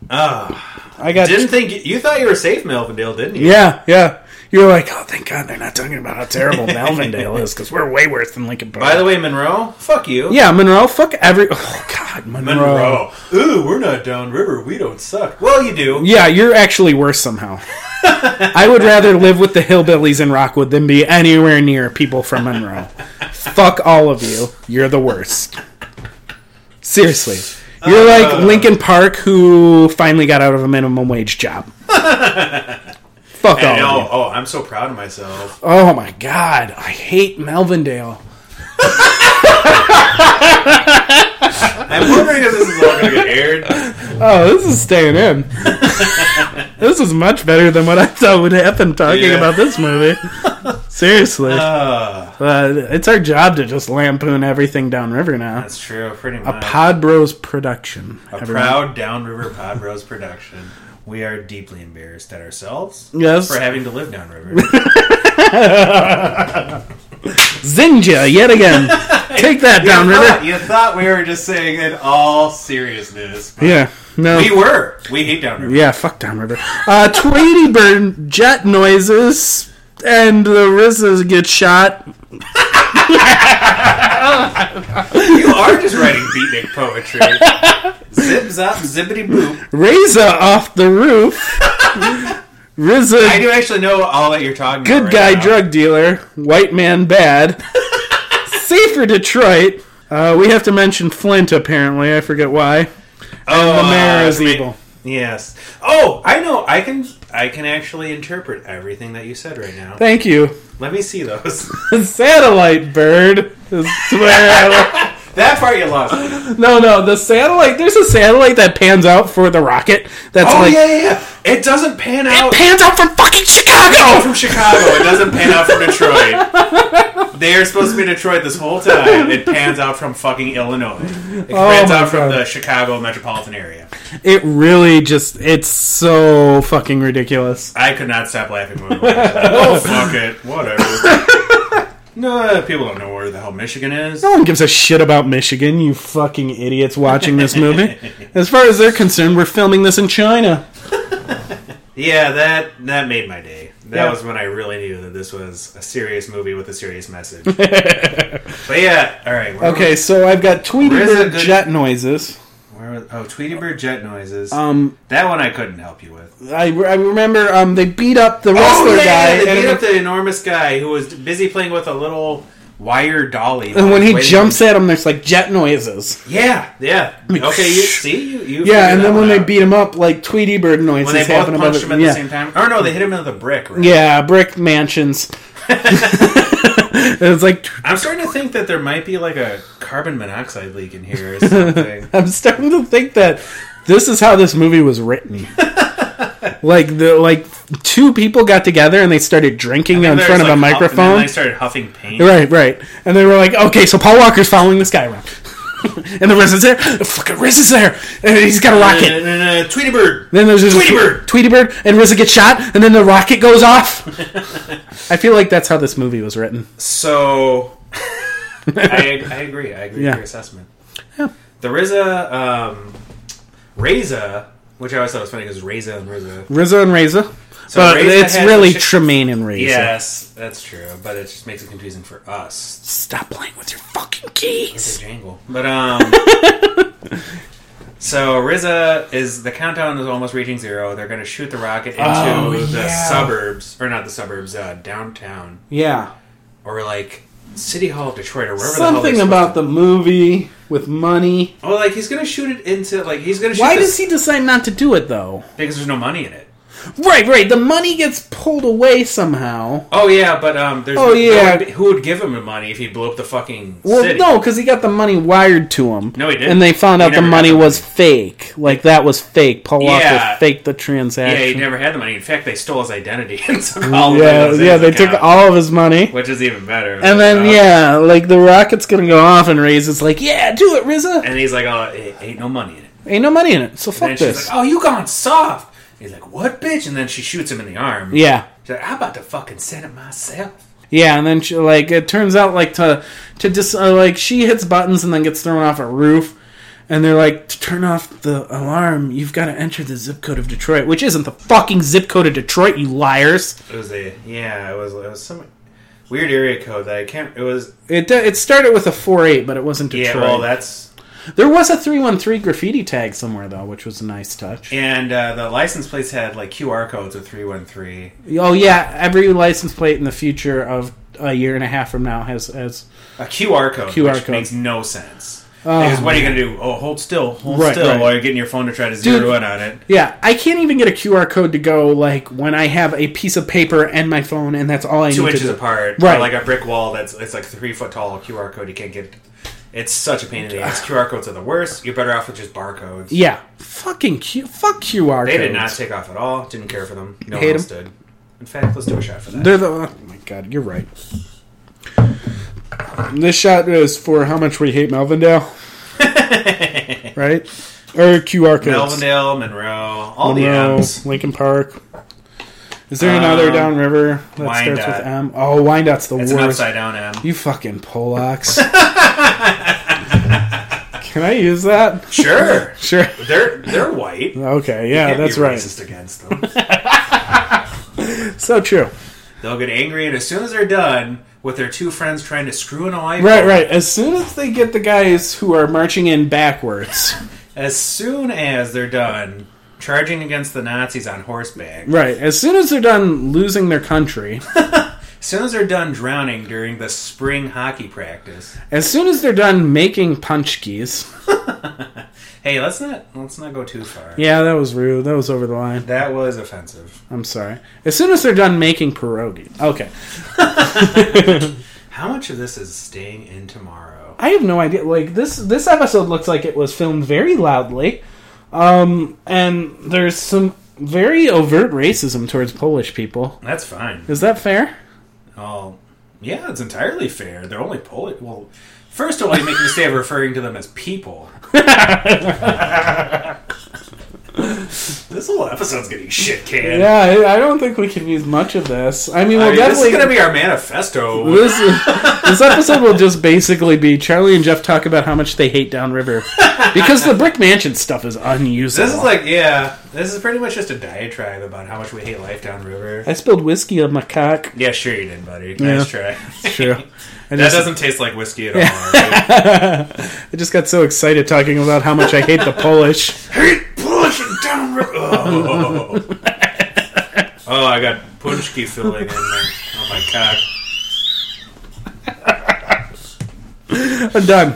[SPEAKER 2] Oh,
[SPEAKER 1] I got
[SPEAKER 2] didn't think you, you thought you were safe, Melvindale, didn't you?
[SPEAKER 1] Yeah, yeah. You were like, oh, thank God they're not talking about how terrible Melvindale is because we're way worse than Lincoln Park.
[SPEAKER 2] By the way, Monroe, fuck you.
[SPEAKER 1] yeah, Monroe. Fuck every. Oh God, Monroe.
[SPEAKER 2] Monroe. Ooh, we're not downriver. We don't suck. Well, you do.
[SPEAKER 1] Yeah, you're actually worse somehow. I would rather live with the hillbillies in Rockwood than be anywhere near people from Monroe. Fuck all of you. You're the worst. Seriously. You're
[SPEAKER 2] Uh.
[SPEAKER 1] like Lincoln Park who finally got out of a minimum wage job. Fuck
[SPEAKER 2] I
[SPEAKER 1] all of
[SPEAKER 2] know.
[SPEAKER 1] you.
[SPEAKER 2] Oh, I'm so proud of myself.
[SPEAKER 1] Oh my god. I hate Melvindale.
[SPEAKER 2] I'm wondering if this is all going to get aired.
[SPEAKER 1] Oh, this is staying in. this is much better than what I thought would happen talking
[SPEAKER 2] Yeah.
[SPEAKER 1] about this movie. Seriously.
[SPEAKER 2] Uh,
[SPEAKER 1] Uh, it's our job to just lampoon everything downriver now.
[SPEAKER 2] that's true, pretty much.
[SPEAKER 1] Pod Bros production.
[SPEAKER 2] A
[SPEAKER 1] everyone.
[SPEAKER 2] proud Downriver Pod Bros production. We are deeply embarrassed at ourselves
[SPEAKER 1] Yes.
[SPEAKER 2] for having to live downriver. You're
[SPEAKER 1] Zinja yet again. Take that
[SPEAKER 2] not-
[SPEAKER 1] downriver.
[SPEAKER 2] you thought we were just saying in all seriousness. but
[SPEAKER 1] Yeah. No.
[SPEAKER 2] We were. We hate downriver.
[SPEAKER 1] yeah, fuck downriver. Uh, Tweety Bird jet noises and the RZA gets shot.
[SPEAKER 2] You are just writing beatnik poetry. Zip zop zippity boop.
[SPEAKER 1] Reza off the roof.
[SPEAKER 2] I
[SPEAKER 1] Riza,
[SPEAKER 2] do actually know all that you're talking
[SPEAKER 1] good
[SPEAKER 2] about.
[SPEAKER 1] guy
[SPEAKER 2] right now.
[SPEAKER 1] drug dealer. White man bad. Safer Detroit. Uh, we have to mention Flint, apparently. I forget why.
[SPEAKER 2] Oh,
[SPEAKER 1] The mayor
[SPEAKER 2] uh,
[SPEAKER 1] is
[SPEAKER 2] ma-
[SPEAKER 1] evil.
[SPEAKER 2] Yes. Oh, I know. I can. I can actually interpret everything that you said right now.
[SPEAKER 1] Thank you.
[SPEAKER 2] Let me see those.
[SPEAKER 1] satellite bird is where I
[SPEAKER 2] that part you lost.
[SPEAKER 1] No, no, the satellite. There's a satellite that pans out for the rocket. That's
[SPEAKER 2] Oh
[SPEAKER 1] like
[SPEAKER 2] yeah, yeah, yeah. It doesn't pan out.
[SPEAKER 1] pans out from fucking
[SPEAKER 2] Oh,
[SPEAKER 1] Chicago.
[SPEAKER 2] from Chicago. It doesn't pan out from Detroit. They are supposed to be Detroit this whole time. It pans out from fucking Illinois. It
[SPEAKER 1] Oh
[SPEAKER 2] pans
[SPEAKER 1] my
[SPEAKER 2] out from
[SPEAKER 1] God.
[SPEAKER 2] the Chicago metropolitan area.
[SPEAKER 1] It really just. It's so fucking ridiculous.
[SPEAKER 2] I could not stop laughing. When I was like, oh, fuck it. Whatever. No, uh, people don't know where the hell Michigan is.
[SPEAKER 1] No one gives a shit about Michigan. You fucking idiots watching this movie. as far as they're concerned, we're filming this in China.
[SPEAKER 2] Yeah, that that made my day. That
[SPEAKER 1] Yeah.
[SPEAKER 2] was when I really knew that this was a serious movie with a serious message. but yeah, all right. Where
[SPEAKER 1] Okay, so I've got Tweety
[SPEAKER 2] Where's
[SPEAKER 1] Bird
[SPEAKER 2] the good-
[SPEAKER 1] jet noises.
[SPEAKER 2] Where was, oh, Tweety Bird jet noises.
[SPEAKER 1] Um,
[SPEAKER 2] that one I couldn't help you with.
[SPEAKER 1] I, I remember um, they beat up the wrestler
[SPEAKER 2] Oh yeah,
[SPEAKER 1] guy,
[SPEAKER 2] they
[SPEAKER 1] and,
[SPEAKER 2] beat up the enormous guy who was busy playing with a little wire dolly.
[SPEAKER 1] and when he
[SPEAKER 2] Waiting-
[SPEAKER 1] jumps at him, there's like jet noises.
[SPEAKER 2] yeah, yeah. Okay, you see, you, you
[SPEAKER 1] Yeah,
[SPEAKER 2] figured
[SPEAKER 1] and
[SPEAKER 2] that
[SPEAKER 1] then
[SPEAKER 2] one
[SPEAKER 1] when they
[SPEAKER 2] out.
[SPEAKER 1] beat him up, like Tweety Bird noises
[SPEAKER 2] when they both
[SPEAKER 1] happen above
[SPEAKER 2] punched
[SPEAKER 1] it.
[SPEAKER 2] him at
[SPEAKER 1] yeah.
[SPEAKER 2] the same time, or no, they hit him with a brick. Right?
[SPEAKER 1] yeah, brick mansions. it's like
[SPEAKER 2] I'm starting to think that there might be like a carbon monoxide leak in here or something.
[SPEAKER 1] I'm starting to think that this is how this movie was written. like the like two people got together and they started drinking in
[SPEAKER 2] There's,
[SPEAKER 1] front of
[SPEAKER 2] like,
[SPEAKER 1] a
[SPEAKER 2] huff- And then
[SPEAKER 1] microphone.
[SPEAKER 2] they started huffing paint.
[SPEAKER 1] Right, right. And they were like, okay, so Paul Walker's following this guy around. and the Riz is there. The fucking Riz is there. And he's got a rocket.
[SPEAKER 2] Uh, uh, uh, Tweety Bird.
[SPEAKER 1] Then there's just
[SPEAKER 2] Tweety Bird.
[SPEAKER 1] Tweety Bird, and RZA gets shot, and then the rocket goes off. I feel like that's how this movie was written.
[SPEAKER 2] So, I, I agree. I agree
[SPEAKER 1] Yeah.
[SPEAKER 2] with your assessment. The RZA, um, Reza, which I always thought was funny because Reza and RZA.
[SPEAKER 1] RZA and RZA,
[SPEAKER 2] So
[SPEAKER 1] but
[SPEAKER 2] RZA
[SPEAKER 1] it's
[SPEAKER 2] has
[SPEAKER 1] really
[SPEAKER 2] the shi-
[SPEAKER 1] Tremaine and RZA.
[SPEAKER 2] Yes, that's true, but it just makes it confusing for us.
[SPEAKER 1] Stop playing with your fucking
[SPEAKER 2] It's
[SPEAKER 1] keys.
[SPEAKER 2] a jangle, but um. So Riza is the countdown is almost reaching zero. They're going to shoot the rocket into
[SPEAKER 1] Oh,
[SPEAKER 2] the
[SPEAKER 1] yeah.
[SPEAKER 2] suburbs, or not the suburbs, uh, downtown,
[SPEAKER 1] Yeah,
[SPEAKER 2] or like City Hall of Detroit, or wherever the hell
[SPEAKER 1] something
[SPEAKER 2] they're
[SPEAKER 1] about the movie with money.
[SPEAKER 2] Oh, like he's gonna shoot it into like he's gonna. Shoot
[SPEAKER 1] Why
[SPEAKER 2] this-
[SPEAKER 1] does he decide not to do it though?
[SPEAKER 2] Because there's no money in it.
[SPEAKER 1] Right, right. The money gets pulled away somehow.
[SPEAKER 2] Oh yeah, but um, there's.
[SPEAKER 1] Oh,
[SPEAKER 2] no
[SPEAKER 1] yeah.
[SPEAKER 2] one be- who would give him the money if he blew up the fucking
[SPEAKER 1] Well,
[SPEAKER 2] city?
[SPEAKER 1] no, because he got the money wired to him.
[SPEAKER 2] No, he didn't.
[SPEAKER 1] And they found
[SPEAKER 2] He
[SPEAKER 1] out the
[SPEAKER 2] never got
[SPEAKER 1] money
[SPEAKER 2] the
[SPEAKER 1] was fake. Like that was fake. Paul
[SPEAKER 2] Yeah.
[SPEAKER 1] Walker faked the
[SPEAKER 2] Yeah,
[SPEAKER 1] transaction.
[SPEAKER 2] he never had the money. In fact, they stole his identity and took all
[SPEAKER 1] yeah,
[SPEAKER 2] of it.
[SPEAKER 1] yeah, they took all of his money.
[SPEAKER 2] Which is even better.
[SPEAKER 1] And then
[SPEAKER 2] Uh,
[SPEAKER 1] yeah, like the rocket's gonna go off and Ray's is like, yeah, do it, RZA.
[SPEAKER 2] And he's like, "Oh, it ain't no money in it."
[SPEAKER 1] Ain't no money in it, so
[SPEAKER 2] And
[SPEAKER 1] fuck
[SPEAKER 2] then she's
[SPEAKER 1] this.
[SPEAKER 2] like, "Oh, you gone soft." He's like, "What, bitch?" And then she shoots him in the arm.
[SPEAKER 1] yeah,
[SPEAKER 2] She's like, "I'm about to fucking send it myself."
[SPEAKER 1] yeah. And then she, like it turns out like to to just uh, like she hits buttons and then gets thrown off a roof. And they're like, to turn off the alarm, you've got to enter the zip code of Detroit, which isn't the fucking zip code of Detroit, you liars.
[SPEAKER 2] It was a yeah. It was it was some weird area code that I can't. It was
[SPEAKER 1] It uh, it started with a four eight, but it wasn't
[SPEAKER 2] yeah.
[SPEAKER 1] Detroit.
[SPEAKER 2] Well, that's
[SPEAKER 1] there was a 313 graffiti tag somewhere, though, which was a nice touch.
[SPEAKER 2] And uh, the license plates had like QR codes with 313.
[SPEAKER 1] Oh yeah, every license plate in the future of a year and a half from now has has
[SPEAKER 2] A QR code,
[SPEAKER 1] QR
[SPEAKER 2] which
[SPEAKER 1] code.
[SPEAKER 2] makes no sense. because what are you going to do? Oh, hold still, hold
[SPEAKER 1] Right,
[SPEAKER 2] still
[SPEAKER 1] right.
[SPEAKER 2] while you're getting your phone to try to
[SPEAKER 1] Dude.
[SPEAKER 2] zero in on it.
[SPEAKER 1] yeah. I can't even get a QR code to go like when I have a piece of paper and my phone, and that's all I
[SPEAKER 2] Two
[SPEAKER 1] need
[SPEAKER 2] inches
[SPEAKER 1] to do.
[SPEAKER 2] apart.
[SPEAKER 1] Right.
[SPEAKER 2] Or like a brick wall that's it's like three foot tall QR code. You can't get It's such a pain in the ass. QR codes are the worst. You're better off with just barcodes.
[SPEAKER 1] Yeah, fucking Q, fuck QR
[SPEAKER 2] They
[SPEAKER 1] codes.
[SPEAKER 2] did not take off at all. Didn't care for them. No
[SPEAKER 1] Hate
[SPEAKER 2] one else
[SPEAKER 1] 'em.
[SPEAKER 2] did. In fact, let's do a shot for that.
[SPEAKER 1] They're the. Oh my god, you're right. This shot is for how much we hate Melvindale, right? Or QR codes.
[SPEAKER 2] Melvindale, Monroe, all
[SPEAKER 1] Monroe,
[SPEAKER 2] the M's.
[SPEAKER 1] Lincoln Park. Is there another
[SPEAKER 2] Um,
[SPEAKER 1] downriver that starts
[SPEAKER 2] Wyandotte.
[SPEAKER 1] with M? Oh, Wyandottes the
[SPEAKER 2] It's an
[SPEAKER 1] worst.
[SPEAKER 2] upside down M.
[SPEAKER 1] You fucking Polacks. Can I use that?
[SPEAKER 2] Sure.
[SPEAKER 1] Sure.
[SPEAKER 2] They're they're white.
[SPEAKER 1] Okay, yeah,
[SPEAKER 2] Can't
[SPEAKER 1] that's
[SPEAKER 2] be
[SPEAKER 1] right.
[SPEAKER 2] Racist against them.
[SPEAKER 1] So true.
[SPEAKER 2] They'll get angry, and as soon as they're done, with their two friends trying to screw in a life.
[SPEAKER 1] Right, right. As soon as they get the guys who are marching in backwards,
[SPEAKER 2] As soon as they're done charging against the Nazis on horseback,
[SPEAKER 1] right, as soon as they're done losing their country,
[SPEAKER 2] as soon as they're done drowning during the spring hockey practice,
[SPEAKER 1] as soon as they're done making punchkis.
[SPEAKER 2] hey, let's not let's not go too far.
[SPEAKER 1] Yeah, that was rude. That was over the line.
[SPEAKER 2] That was offensive.
[SPEAKER 1] I'm sorry. As soon as they're done making pierogi. Okay.
[SPEAKER 2] How much of this is staying in tomorrow?
[SPEAKER 1] I have no idea. Like this this episode looks like it was filmed very loudly. Um and there's some very overt racism towards Polish people.
[SPEAKER 2] That's fine.
[SPEAKER 1] Is that fair?
[SPEAKER 2] Oh, yeah, it's entirely fair. They're only Polish. Well, first of all, you make the mistake of referring to them as people. this whole episode's getting shit canned.
[SPEAKER 1] Yeah, I, I don't think we can use much of this. I mean, we'll
[SPEAKER 2] I mean, this
[SPEAKER 1] definitely
[SPEAKER 2] is gonna be our manifesto.
[SPEAKER 1] this, this episode will just basically be Charlie and Jeff talk about how much they hate Downriver because the Brick Mansion stuff is unusable.
[SPEAKER 2] This is like, yeah, this is pretty much just a diatribe about how much we hate life downriver.
[SPEAKER 1] I spilled whiskey on my cock.
[SPEAKER 2] Yeah, sure you did, buddy. Nice try.
[SPEAKER 1] True. I
[SPEAKER 2] That
[SPEAKER 1] just,
[SPEAKER 2] doesn't taste like whiskey at all. right?
[SPEAKER 1] I just got so excited talking about how much I hate the Polish.
[SPEAKER 2] hate Polish and downriver. Oh. oh, I got punchki filling in my, on my cock.
[SPEAKER 1] I'm done.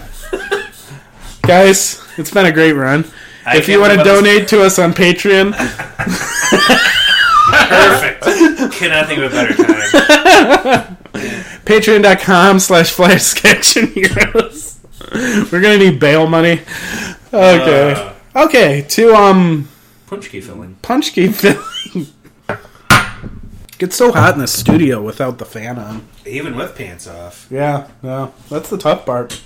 [SPEAKER 1] Guys, it's been a great run.
[SPEAKER 2] I
[SPEAKER 1] if
[SPEAKER 2] can't
[SPEAKER 1] you want to
[SPEAKER 2] believe I-
[SPEAKER 1] donate to us on Patreon,
[SPEAKER 2] Perfect. Cannot think of a better time.
[SPEAKER 1] patreon.com slash flash sketch and heroes. We're going to need bail money. Okay.
[SPEAKER 2] Uh,
[SPEAKER 1] okay, to, um,
[SPEAKER 2] punch key filling.
[SPEAKER 1] punch key filling. Gets so hot in the studio without the fan on.
[SPEAKER 2] Even with pants off.
[SPEAKER 1] Yeah, no, that's the tough part.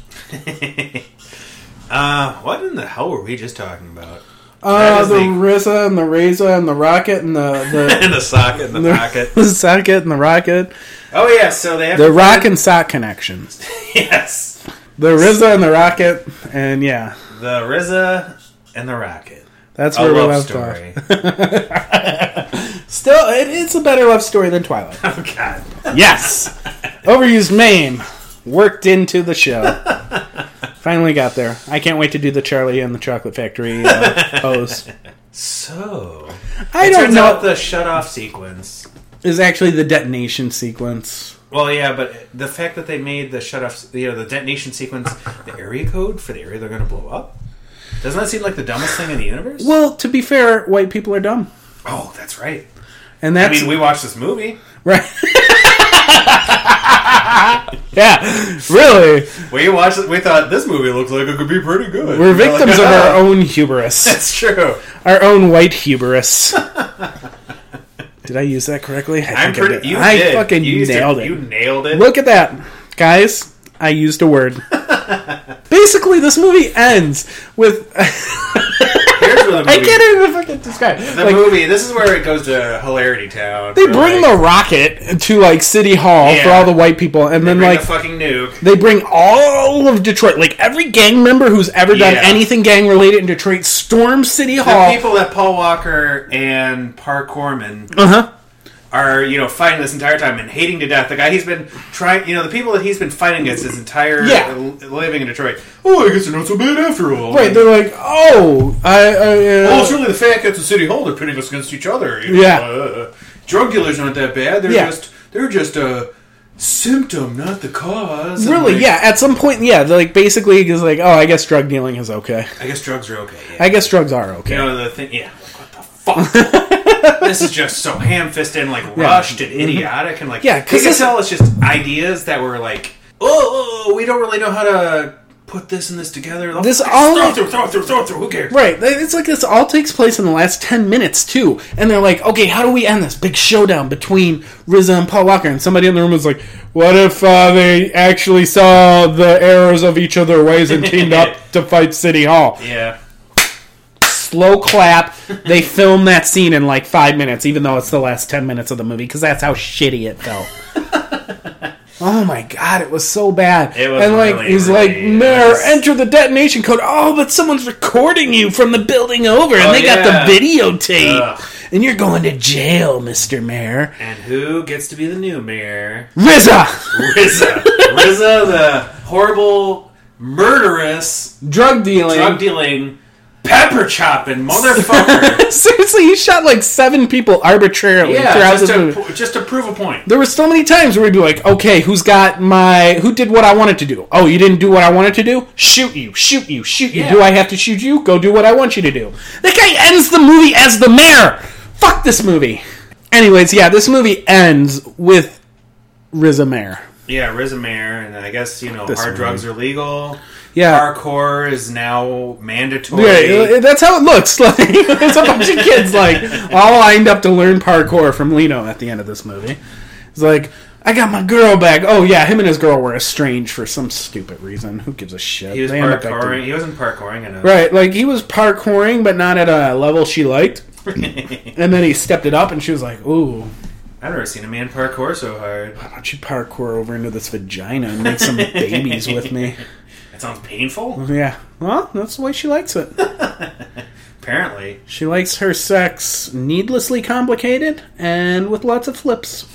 [SPEAKER 2] uh, what in the hell were we just talking about?
[SPEAKER 1] Uh,
[SPEAKER 2] is
[SPEAKER 1] the
[SPEAKER 2] the-
[SPEAKER 1] RZA and the Razor and the Rocket and the
[SPEAKER 2] In the socket, in the
[SPEAKER 1] the,
[SPEAKER 2] pocket.
[SPEAKER 1] the socket and the Rocket,
[SPEAKER 2] Oh yeah, so they have
[SPEAKER 1] the Rock and Sock connections.
[SPEAKER 2] yes,
[SPEAKER 1] The RZA and the Rocket, and yeah,
[SPEAKER 2] the RZA and the Rocket.
[SPEAKER 1] that's
[SPEAKER 2] A
[SPEAKER 1] where we
[SPEAKER 2] love
[SPEAKER 1] left off.
[SPEAKER 2] story.
[SPEAKER 1] Still, it, it's a better love story than Twilight.
[SPEAKER 2] oh god.
[SPEAKER 1] yes, overused meme worked into the show. Finally got there. I can't wait to do the Charlie and the Chocolate Factory uh, pose.
[SPEAKER 2] So
[SPEAKER 1] I
[SPEAKER 2] it
[SPEAKER 1] don't
[SPEAKER 2] turns
[SPEAKER 1] know.
[SPEAKER 2] out the shut off sequence.
[SPEAKER 1] is actually the detonation sequence.
[SPEAKER 2] Well, yeah, but the fact that they made the shut off, you know, the detonation sequence, the area code for the area they're going to blow up. Doesn't that seem like the dumbest thing in the universe?
[SPEAKER 1] Well, to be fair, white people are dumb,
[SPEAKER 2] Oh, that's right.
[SPEAKER 1] and
[SPEAKER 2] I
[SPEAKER 1] that's
[SPEAKER 2] mean, we watched this movie.
[SPEAKER 1] right. yeah, really,
[SPEAKER 2] We watched. it- We thought this movie looks like it could be pretty
[SPEAKER 1] we're
[SPEAKER 2] good. We're
[SPEAKER 1] victims of
[SPEAKER 2] like,
[SPEAKER 1] our
[SPEAKER 2] "Ah."
[SPEAKER 1] own hubris,
[SPEAKER 2] That's true.
[SPEAKER 1] our own white hubris. Did I use that correctly? I
[SPEAKER 2] I'm
[SPEAKER 1] think I, did.
[SPEAKER 2] pretty. You
[SPEAKER 1] I
[SPEAKER 2] did.
[SPEAKER 1] fucking
[SPEAKER 2] You used
[SPEAKER 1] nailed it.
[SPEAKER 2] You nailed it.
[SPEAKER 1] Look at that, guys. I used a word. Basically, this movie ends with
[SPEAKER 2] Here's where the movie.
[SPEAKER 1] I can't even fucking describe.
[SPEAKER 2] The
[SPEAKER 1] Like,
[SPEAKER 2] movie. This is where it goes to hilarity town.
[SPEAKER 1] they bring the rocket to like City Hall for
[SPEAKER 2] Yeah.
[SPEAKER 1] all the white people, and then like
[SPEAKER 2] the fucking nuke.
[SPEAKER 1] They bring all of Detroit, like every gang member who's ever done
[SPEAKER 2] Yeah.
[SPEAKER 1] anything gang related in Detroit, storm City
[SPEAKER 2] The
[SPEAKER 1] Hall.
[SPEAKER 2] people that Paul Walker and Park Corman
[SPEAKER 1] uh huh.
[SPEAKER 2] are, you know, fighting this entire time and hating to death. The guy he's been trying, you know, the people that he's been fighting against his entire
[SPEAKER 1] Yeah.
[SPEAKER 2] uh, living in Detroit. Oh, I guess they're not so bad after all.
[SPEAKER 1] Right. They're like, oh, I, I uh,
[SPEAKER 2] Well, it's really the fat cats in City Hall. They're pitting us against each other. you know,
[SPEAKER 1] Yeah.
[SPEAKER 2] uh, drug dealers aren't that bad. They're
[SPEAKER 1] Yeah.
[SPEAKER 2] just they're just a symptom, not the cause. And,
[SPEAKER 1] really,
[SPEAKER 2] like,
[SPEAKER 1] yeah. At some point, yeah. They're like basically is like, oh, I guess drug dealing is okay.
[SPEAKER 2] I guess drugs are okay. Yeah.
[SPEAKER 1] I guess drugs are okay.
[SPEAKER 2] you know the thing. Yeah. Like, what the fuck? this is just so ham-fisted and like rushed and idiotic and like
[SPEAKER 1] Yeah, 'cause
[SPEAKER 2] Because
[SPEAKER 1] this-
[SPEAKER 2] it's all it's just ideas that were like oh, oh, we don't really know how to put this and this together.
[SPEAKER 1] This
[SPEAKER 2] Just
[SPEAKER 1] all-
[SPEAKER 2] throw it through, throw it through, throw it through. Who cares?
[SPEAKER 1] Right. they- It's like this all takes place in the last 10 minutes, too. And they're like, okay, how do we end this big showdown between Riza and Paul Walker? And somebody in the room was like, what if uh, they actually saw the errors of each other ways and teamed up to fight City Hall?
[SPEAKER 2] Yeah.
[SPEAKER 1] Slow clap. They film that scene in like five minutes, even though it's the last 10 minutes of the movie, because that's how shitty it felt. Oh my god, it was so bad.
[SPEAKER 2] It was
[SPEAKER 1] and like
[SPEAKER 2] really,
[SPEAKER 1] he's like,
[SPEAKER 2] really
[SPEAKER 1] Mayor,
[SPEAKER 2] nice.
[SPEAKER 1] enter the detonation code. Oh, but someone's recording you from the building over and
[SPEAKER 2] Oh,
[SPEAKER 1] they got
[SPEAKER 2] yeah.
[SPEAKER 1] the videotape.
[SPEAKER 2] Ugh.
[SPEAKER 1] and you're going to jail, Mister Mayor.
[SPEAKER 2] And who gets to be the new mayor?
[SPEAKER 1] RZA,
[SPEAKER 2] Rizza. Rizza, the horrible, murderous,
[SPEAKER 1] drug dealing.
[SPEAKER 2] drug dealing, pepper chopping motherfucker.
[SPEAKER 1] Seriously, he shot like seven people arbitrarily
[SPEAKER 2] yeah,
[SPEAKER 1] throughout
[SPEAKER 2] just
[SPEAKER 1] this
[SPEAKER 2] to,
[SPEAKER 1] movie.
[SPEAKER 2] po- just to prove a point.
[SPEAKER 1] there were so many times where we'd be like, okay, who's got my, who did what I wanted to do? Oh, you didn't do what I wanted to do? Shoot you, shoot you, shoot you.
[SPEAKER 2] Yeah.
[SPEAKER 1] Do I have to shoot you? Go do what I want you to do. That guy ends the movie as the mayor. Fuck this movie. Anyways, yeah, this movie ends with RZA mayor.
[SPEAKER 2] Yeah, Rizza mayor, and I guess you know
[SPEAKER 1] This
[SPEAKER 2] hard
[SPEAKER 1] one.
[SPEAKER 2] drugs are legal.
[SPEAKER 1] Yeah.
[SPEAKER 2] Hardcore is now mandatory.
[SPEAKER 1] Yeah, that's how it looks. Like it's a bunch of kids like all lined up to learn parkour from Lino at the end of this movie. It's like I got my girl back. Oh yeah, him and his girl were estranged for some stupid reason. Who gives a shit?
[SPEAKER 2] He was
[SPEAKER 1] They end up back together.
[SPEAKER 2] parkouring. He wasn't parkouring enough.
[SPEAKER 1] Right, like he was parkouring, but not at a level she liked. and then he stepped it up, and she was like, "Ooh,
[SPEAKER 2] I've never seen a man parkour so hard.
[SPEAKER 1] why don't you parkour over into this vagina and make some babies with me?"
[SPEAKER 2] That sounds painful.
[SPEAKER 1] Yeah, well, that's the way she likes it.
[SPEAKER 2] Apparently,
[SPEAKER 1] She likes her sex needlessly complicated and with lots of flips.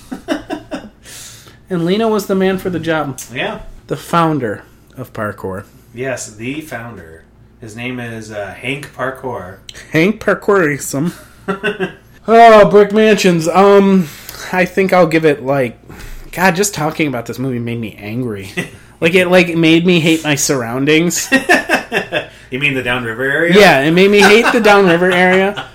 [SPEAKER 1] and Lena was the man for the job,
[SPEAKER 2] yeah.
[SPEAKER 1] the founder of parkour.
[SPEAKER 2] Yes, the founder. His name is uh, Hank Parkour.
[SPEAKER 1] Hank Parkourism. oh, Brick Mansions. Um, I think I'll give it like, God, just talking about this movie made me angry. like it, like made me hate my surroundings.
[SPEAKER 2] You mean the downriver area?
[SPEAKER 1] yeah, it made me hate the downriver area.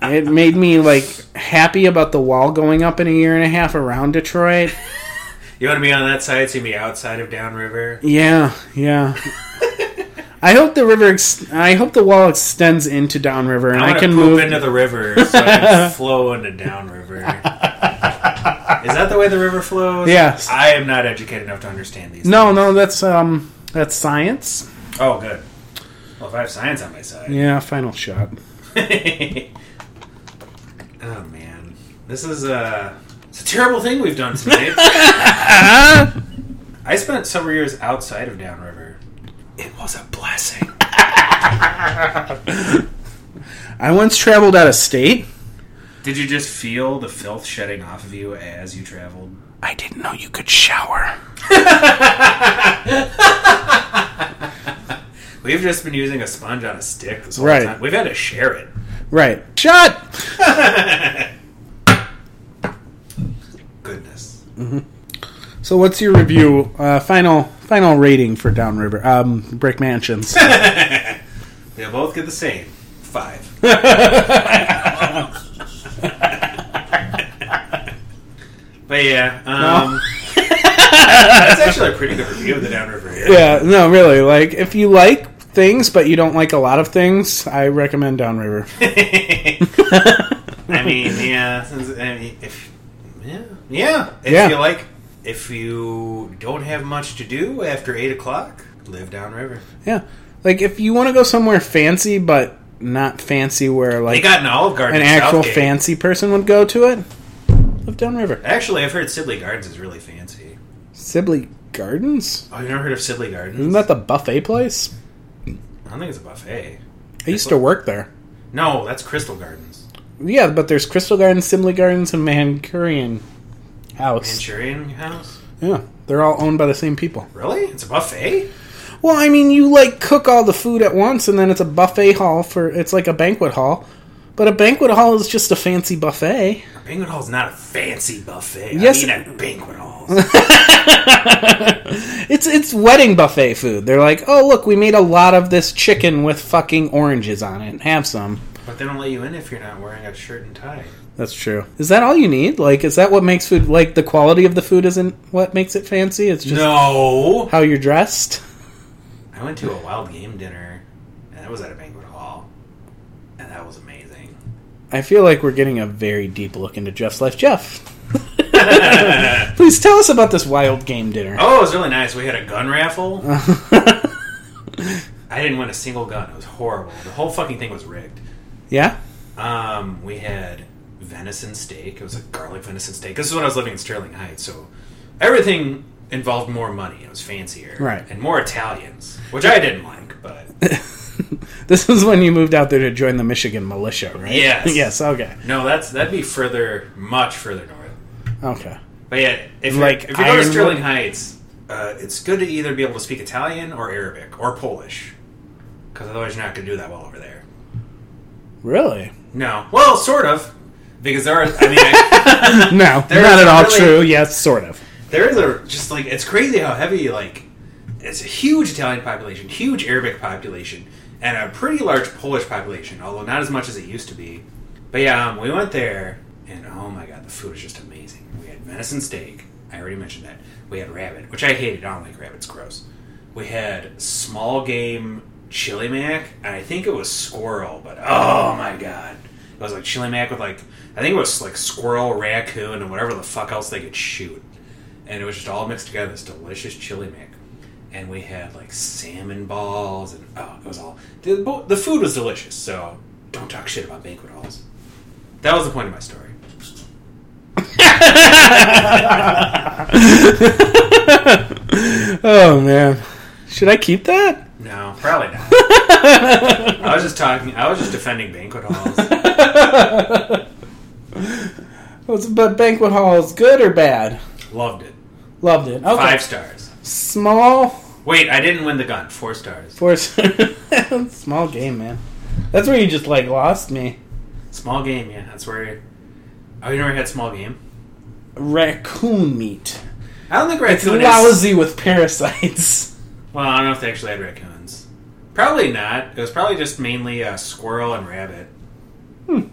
[SPEAKER 1] It made me like happy about the wall going up in a year and a half around Detroit.
[SPEAKER 2] You want to be on that side, so you can be outside of downriver.
[SPEAKER 1] Yeah, yeah. I hope the river. Ex- I hope the wall extends into downriver, and
[SPEAKER 2] I
[SPEAKER 1] I,
[SPEAKER 2] want to
[SPEAKER 1] can
[SPEAKER 2] poop
[SPEAKER 1] move.
[SPEAKER 2] into the river so I can flow into downriver. is that the way the river flows?
[SPEAKER 1] Yes.
[SPEAKER 2] I am not educated enough to understand these.
[SPEAKER 1] no, no, that's um, that's science.
[SPEAKER 2] Oh, good. Well, if I have science on my side.
[SPEAKER 1] Yeah, final shot.
[SPEAKER 2] oh man, this is uh, it's a terrible thing we've done tonight. I spent several years outside of downriver. It was a blessing.
[SPEAKER 1] I once traveled out of state.
[SPEAKER 2] Did you just feel the filth shedding off of you as you traveled?
[SPEAKER 1] I didn't know you could shower.
[SPEAKER 2] We've just been using a sponge on a stick this whole
[SPEAKER 1] Right.
[SPEAKER 2] time. We've had to share it.
[SPEAKER 1] Right. Shot.
[SPEAKER 2] Goodness.
[SPEAKER 1] So, what's your review? Uh, final, final rating for Downriver. Um, Brick Mansions.
[SPEAKER 2] They'll both get the same. Five. but yeah, um, that's actually a pretty good review of the Downriver here.
[SPEAKER 1] yeah. No, really. Like, if you like things, but you don't like a lot of things, I recommend Downriver.
[SPEAKER 2] I mean, yeah, since, I mean, if yeah, yeah, if
[SPEAKER 1] Yeah.
[SPEAKER 2] you like, if you don't have much to do after eight o'clock, live downriver.
[SPEAKER 1] Yeah. Like if you want to go somewhere fancy but not fancy where
[SPEAKER 2] They
[SPEAKER 1] like
[SPEAKER 2] got an Olive Garden,
[SPEAKER 1] an
[SPEAKER 2] in
[SPEAKER 1] actual
[SPEAKER 2] Southgate.
[SPEAKER 1] fancy person would go to it, live downriver.
[SPEAKER 2] Actually, I've heard Sibley Gardens is really fancy.
[SPEAKER 1] Sibley Gardens?
[SPEAKER 2] Oh, you never heard of Sibley Gardens?
[SPEAKER 1] Isn't that the buffet place?
[SPEAKER 2] I don't think it's a buffet.
[SPEAKER 1] I used to work there.
[SPEAKER 2] No, that's Crystal Gardens.
[SPEAKER 1] Yeah, but there's Crystal Gardens, Sibley Gardens, and Mancurian House.
[SPEAKER 2] Manchurian House.
[SPEAKER 1] Yeah. They're all owned by the same people.
[SPEAKER 2] Really? It's a buffet?
[SPEAKER 1] Well, I mean, you like cook all the food at once, and then it's a buffet hall for it's like a banquet hall, but a banquet hall is just a fancy buffet.
[SPEAKER 2] A banquet hall is not a fancy buffet.
[SPEAKER 1] Yes,
[SPEAKER 2] I mean, a banquet hall.
[SPEAKER 1] It's it's wedding buffet food. They're like, oh look, we made a lot of this chicken with fucking oranges on it. Have some.
[SPEAKER 2] but they don't let you in if you're not wearing a shirt and tie.
[SPEAKER 1] That's true. Is that all you need? Like, is that what makes food like the quality of the food isn't what makes it fancy? It's just
[SPEAKER 2] No!
[SPEAKER 1] how you're dressed.
[SPEAKER 2] I went to a wild game dinner, and that was at a banquet hall, and that was amazing.
[SPEAKER 1] I feel like we're getting a very deep look into Jeff's life. Jeff, please tell us about this wild game dinner.
[SPEAKER 2] Oh, it was really nice. We had a gun raffle. I didn't win a single gun. It was horrible. The whole fucking thing was rigged.
[SPEAKER 1] Yeah,
[SPEAKER 2] Um, we had venison steak. It was a garlic venison steak. This is when I was living in Sterling Heights, so everything involved more money. It was fancier,
[SPEAKER 1] Right.
[SPEAKER 2] and more Italians, which I didn't like. But
[SPEAKER 1] This was when you moved out there to join the Michigan militia, right?
[SPEAKER 2] Yes.
[SPEAKER 1] yes. Okay.
[SPEAKER 2] No, that's that'd be further, much further north.
[SPEAKER 1] Okay.
[SPEAKER 2] But yeah, if you're,
[SPEAKER 1] Like
[SPEAKER 2] like if you go to
[SPEAKER 1] Ironwood?
[SPEAKER 2] Sterling Heights, uh, it's good to either be able to speak Italian or Arabic or Polish, because otherwise you're not going to do that well over there.
[SPEAKER 1] Really?
[SPEAKER 2] No, well, sort of, because there are. I mean, I,
[SPEAKER 1] No, not
[SPEAKER 2] There is
[SPEAKER 1] at
[SPEAKER 2] a
[SPEAKER 1] all
[SPEAKER 2] really-
[SPEAKER 1] true. Yes, sort of.
[SPEAKER 2] there is a just like it's crazy how heavy like it's a huge Italian population, huge Arabic population, and a pretty large Polish population, although not as much as it used to be. But yeah, um, we went there, and oh my god, the food is just amazing. We had venison steak. I already mentioned that. We had rabbit, which I hated. I don't like rabbit. It's gross. We had small game chili mac, and I think it was squirrel. But oh my god, it was like chili mac with like I think it was like squirrel, raccoon, and whatever the fuck else they could shoot and it was just all mixed together. This delicious chili mac, and we had like salmon balls, and oh, it was all the, bo- the food was delicious. So don't talk shit about banquet halls. That was the point of my story.
[SPEAKER 1] Oh man, should I keep that?
[SPEAKER 2] No, probably not. I was just talking. I was just defending banquet halls.
[SPEAKER 1] Was but banquet halls good or bad?
[SPEAKER 2] Loved it.
[SPEAKER 1] Loved it. Okay.
[SPEAKER 2] Five stars.
[SPEAKER 1] Small
[SPEAKER 2] Wait, I didn't win the gun. Four stars.
[SPEAKER 1] force. Small game, man. That's where you just like lost me.
[SPEAKER 2] Small game. Yeah, that's where. Oh, you never had small game.
[SPEAKER 1] Raccoon meat.
[SPEAKER 2] I don't think
[SPEAKER 1] It's
[SPEAKER 2] raccoon is.
[SPEAKER 1] lousy with parasites.
[SPEAKER 2] Well, I don't know if they actually had raccoons. Probably not. It was probably just mainly uh, squirrel and rabbit.
[SPEAKER 1] Hmm.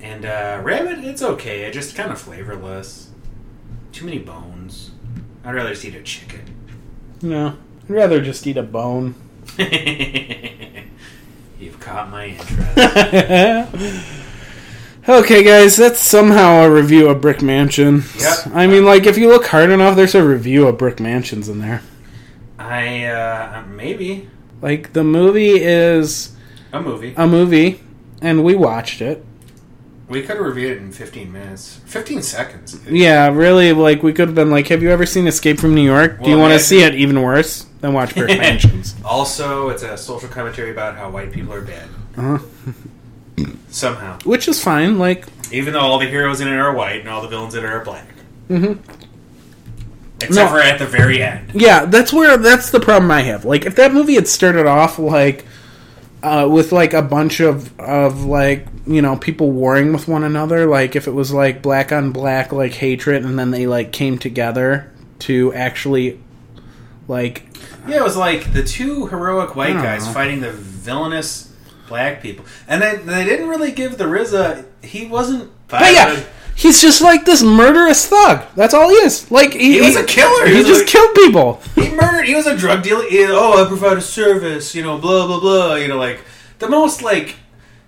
[SPEAKER 2] And uh, rabbit, it's okay. It's just kind of flavorless. Too many bones. I'd rather just eat a chicken.
[SPEAKER 1] No, I'd rather just eat a bone.
[SPEAKER 2] You've caught my interest.
[SPEAKER 1] okay, guys, that's somehow a review of Brick Mansion.
[SPEAKER 2] Yep.
[SPEAKER 1] I mean, like, if you look hard enough, there's a review of Brick Mansions in there.
[SPEAKER 2] I uh, maybe
[SPEAKER 1] Like, the movie is
[SPEAKER 2] a movie.
[SPEAKER 1] a movie, and we watched it.
[SPEAKER 2] We could have reviewed it in fifteen minutes, fifteen seconds.
[SPEAKER 1] Yeah, really, like, we could have been like, have you ever seen Escape from New York? Do you
[SPEAKER 2] Well,
[SPEAKER 1] want to
[SPEAKER 2] yeah.
[SPEAKER 1] see it even worse? Then watch Brick Mansions.
[SPEAKER 2] Also, it's a social commentary about how white people are bad.
[SPEAKER 1] Uh-huh.
[SPEAKER 2] Somehow.
[SPEAKER 1] Which is fine, like,
[SPEAKER 2] Even though all the heroes in it are white and all the villains in it are black.
[SPEAKER 1] Mhm.
[SPEAKER 2] Except
[SPEAKER 1] No.
[SPEAKER 2] for at the very end.
[SPEAKER 1] Yeah, that's where that's the problem I have. Like, if that movie had started off like uh, with like a bunch of of like you know people warring with one another, like if it was like black on black like hatred, and then they like came together to actually like
[SPEAKER 2] Yeah, it was like the two heroic white
[SPEAKER 1] don't
[SPEAKER 2] guys
[SPEAKER 1] know.
[SPEAKER 2] fighting the villainous black people. And they, they didn't really give the RZA... He wasn't...
[SPEAKER 1] but yeah. He's just like this murderous thug. That's all he is. Like he,
[SPEAKER 2] He was a killer.
[SPEAKER 1] He,
[SPEAKER 2] He was
[SPEAKER 1] just
[SPEAKER 2] like-
[SPEAKER 1] killed people.
[SPEAKER 2] He murdered... He was a drug dealer. He- oh, I provide a service, you know, blah, blah, blah. You know, like... The most, like,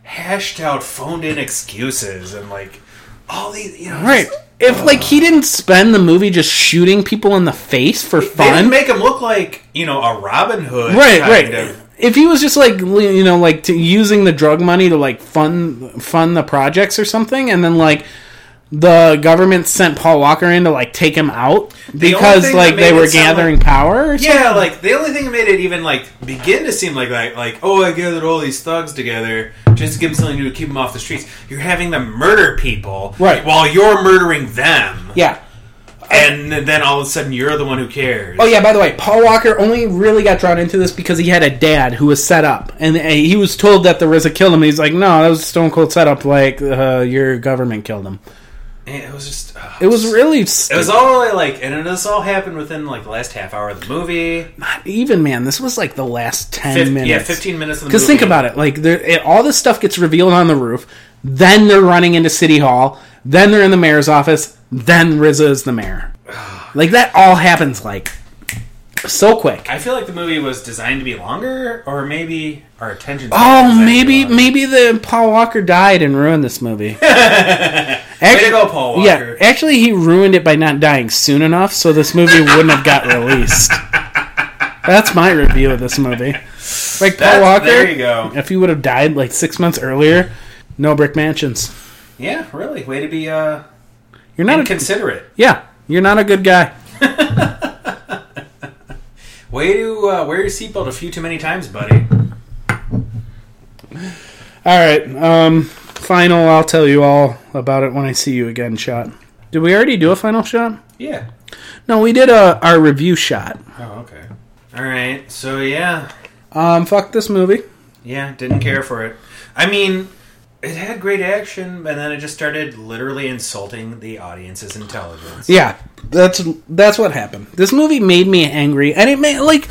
[SPEAKER 2] hashed out, phoned in excuses and, like, all these, you know... just-
[SPEAKER 1] Right. If like he didn't spend the movie just shooting people in the face for
[SPEAKER 2] They
[SPEAKER 1] fun,
[SPEAKER 2] didn't make him look like, you know, a Robin Hood.
[SPEAKER 1] right
[SPEAKER 2] kind
[SPEAKER 1] right
[SPEAKER 2] of-
[SPEAKER 1] if he was just like li- you know like to using the drug money to like fund fund the projects or something and then like the government sent paul walker in to like take him out because
[SPEAKER 2] thing
[SPEAKER 1] like
[SPEAKER 2] that
[SPEAKER 1] they
[SPEAKER 2] made
[SPEAKER 1] were
[SPEAKER 2] it sound
[SPEAKER 1] gathering power or something.
[SPEAKER 2] Yeah, like the only thing that made it even like begin to seem like that, like oh, I gathered all these thugs together just to give them something to do to keep them off the streets. You're having them murder people,
[SPEAKER 1] Right.
[SPEAKER 2] While you're murdering them,
[SPEAKER 1] yeah
[SPEAKER 2] and then all of a sudden you're the one who cares.
[SPEAKER 1] oh yeah by the way paul walker only really got drawn into this because he had a dad who was set up and, and he was told that the RZA killed him he's like no that was stone cold setup like uh, your government killed him
[SPEAKER 2] And it was just uh,
[SPEAKER 1] it was really
[SPEAKER 2] It was all really, like, and this all happened within like the last half hour of the movie.
[SPEAKER 1] not even man this was like the last 10
[SPEAKER 2] Fif-
[SPEAKER 1] minutes
[SPEAKER 2] yeah, fifteen minutes.
[SPEAKER 1] Because think about it, like there, it, all this stuff gets revealed on the roof. Then they're running into City Hall. Then they're in the mayor's office. Then RZA is the mayor. Like that all happens like so quick.
[SPEAKER 2] I feel like the movie was designed to be longer, or maybe our attention. span was
[SPEAKER 1] Oh,
[SPEAKER 2] designed to be
[SPEAKER 1] maybe
[SPEAKER 2] longer.
[SPEAKER 1] maybe the Paul Walker died and ruined this movie.
[SPEAKER 2] Way to
[SPEAKER 1] Actually,
[SPEAKER 2] go, Paul Walker.
[SPEAKER 1] yeah, actually, he ruined it by not dying soon enough, so this movie wouldn't have got released. That's my review of this movie. Like Paul
[SPEAKER 2] That's-
[SPEAKER 1] Walker,
[SPEAKER 2] There you go.
[SPEAKER 1] if he would have died like six months earlier, no brick mansions.
[SPEAKER 2] Yeah, really. Way to be uh,
[SPEAKER 1] You're not a
[SPEAKER 2] inconsiderate.
[SPEAKER 1] Yeah, you're not a good guy.
[SPEAKER 2] Way to uh, wear your seatbelt a few too many times, buddy.
[SPEAKER 1] All right. Um, final. I'll tell you all about it when I see you again. Shot. Did we already do a final shot?
[SPEAKER 2] Yeah.
[SPEAKER 1] No, we did a our review shot.
[SPEAKER 2] Oh, okay. All right. So yeah,
[SPEAKER 1] Um, fuck this movie.
[SPEAKER 2] yeah, didn't care for it. I mean, it had great action, and then it just started literally insulting the audience's intelligence.
[SPEAKER 1] Yeah, that's that's what happened. This movie made me angry, and it made like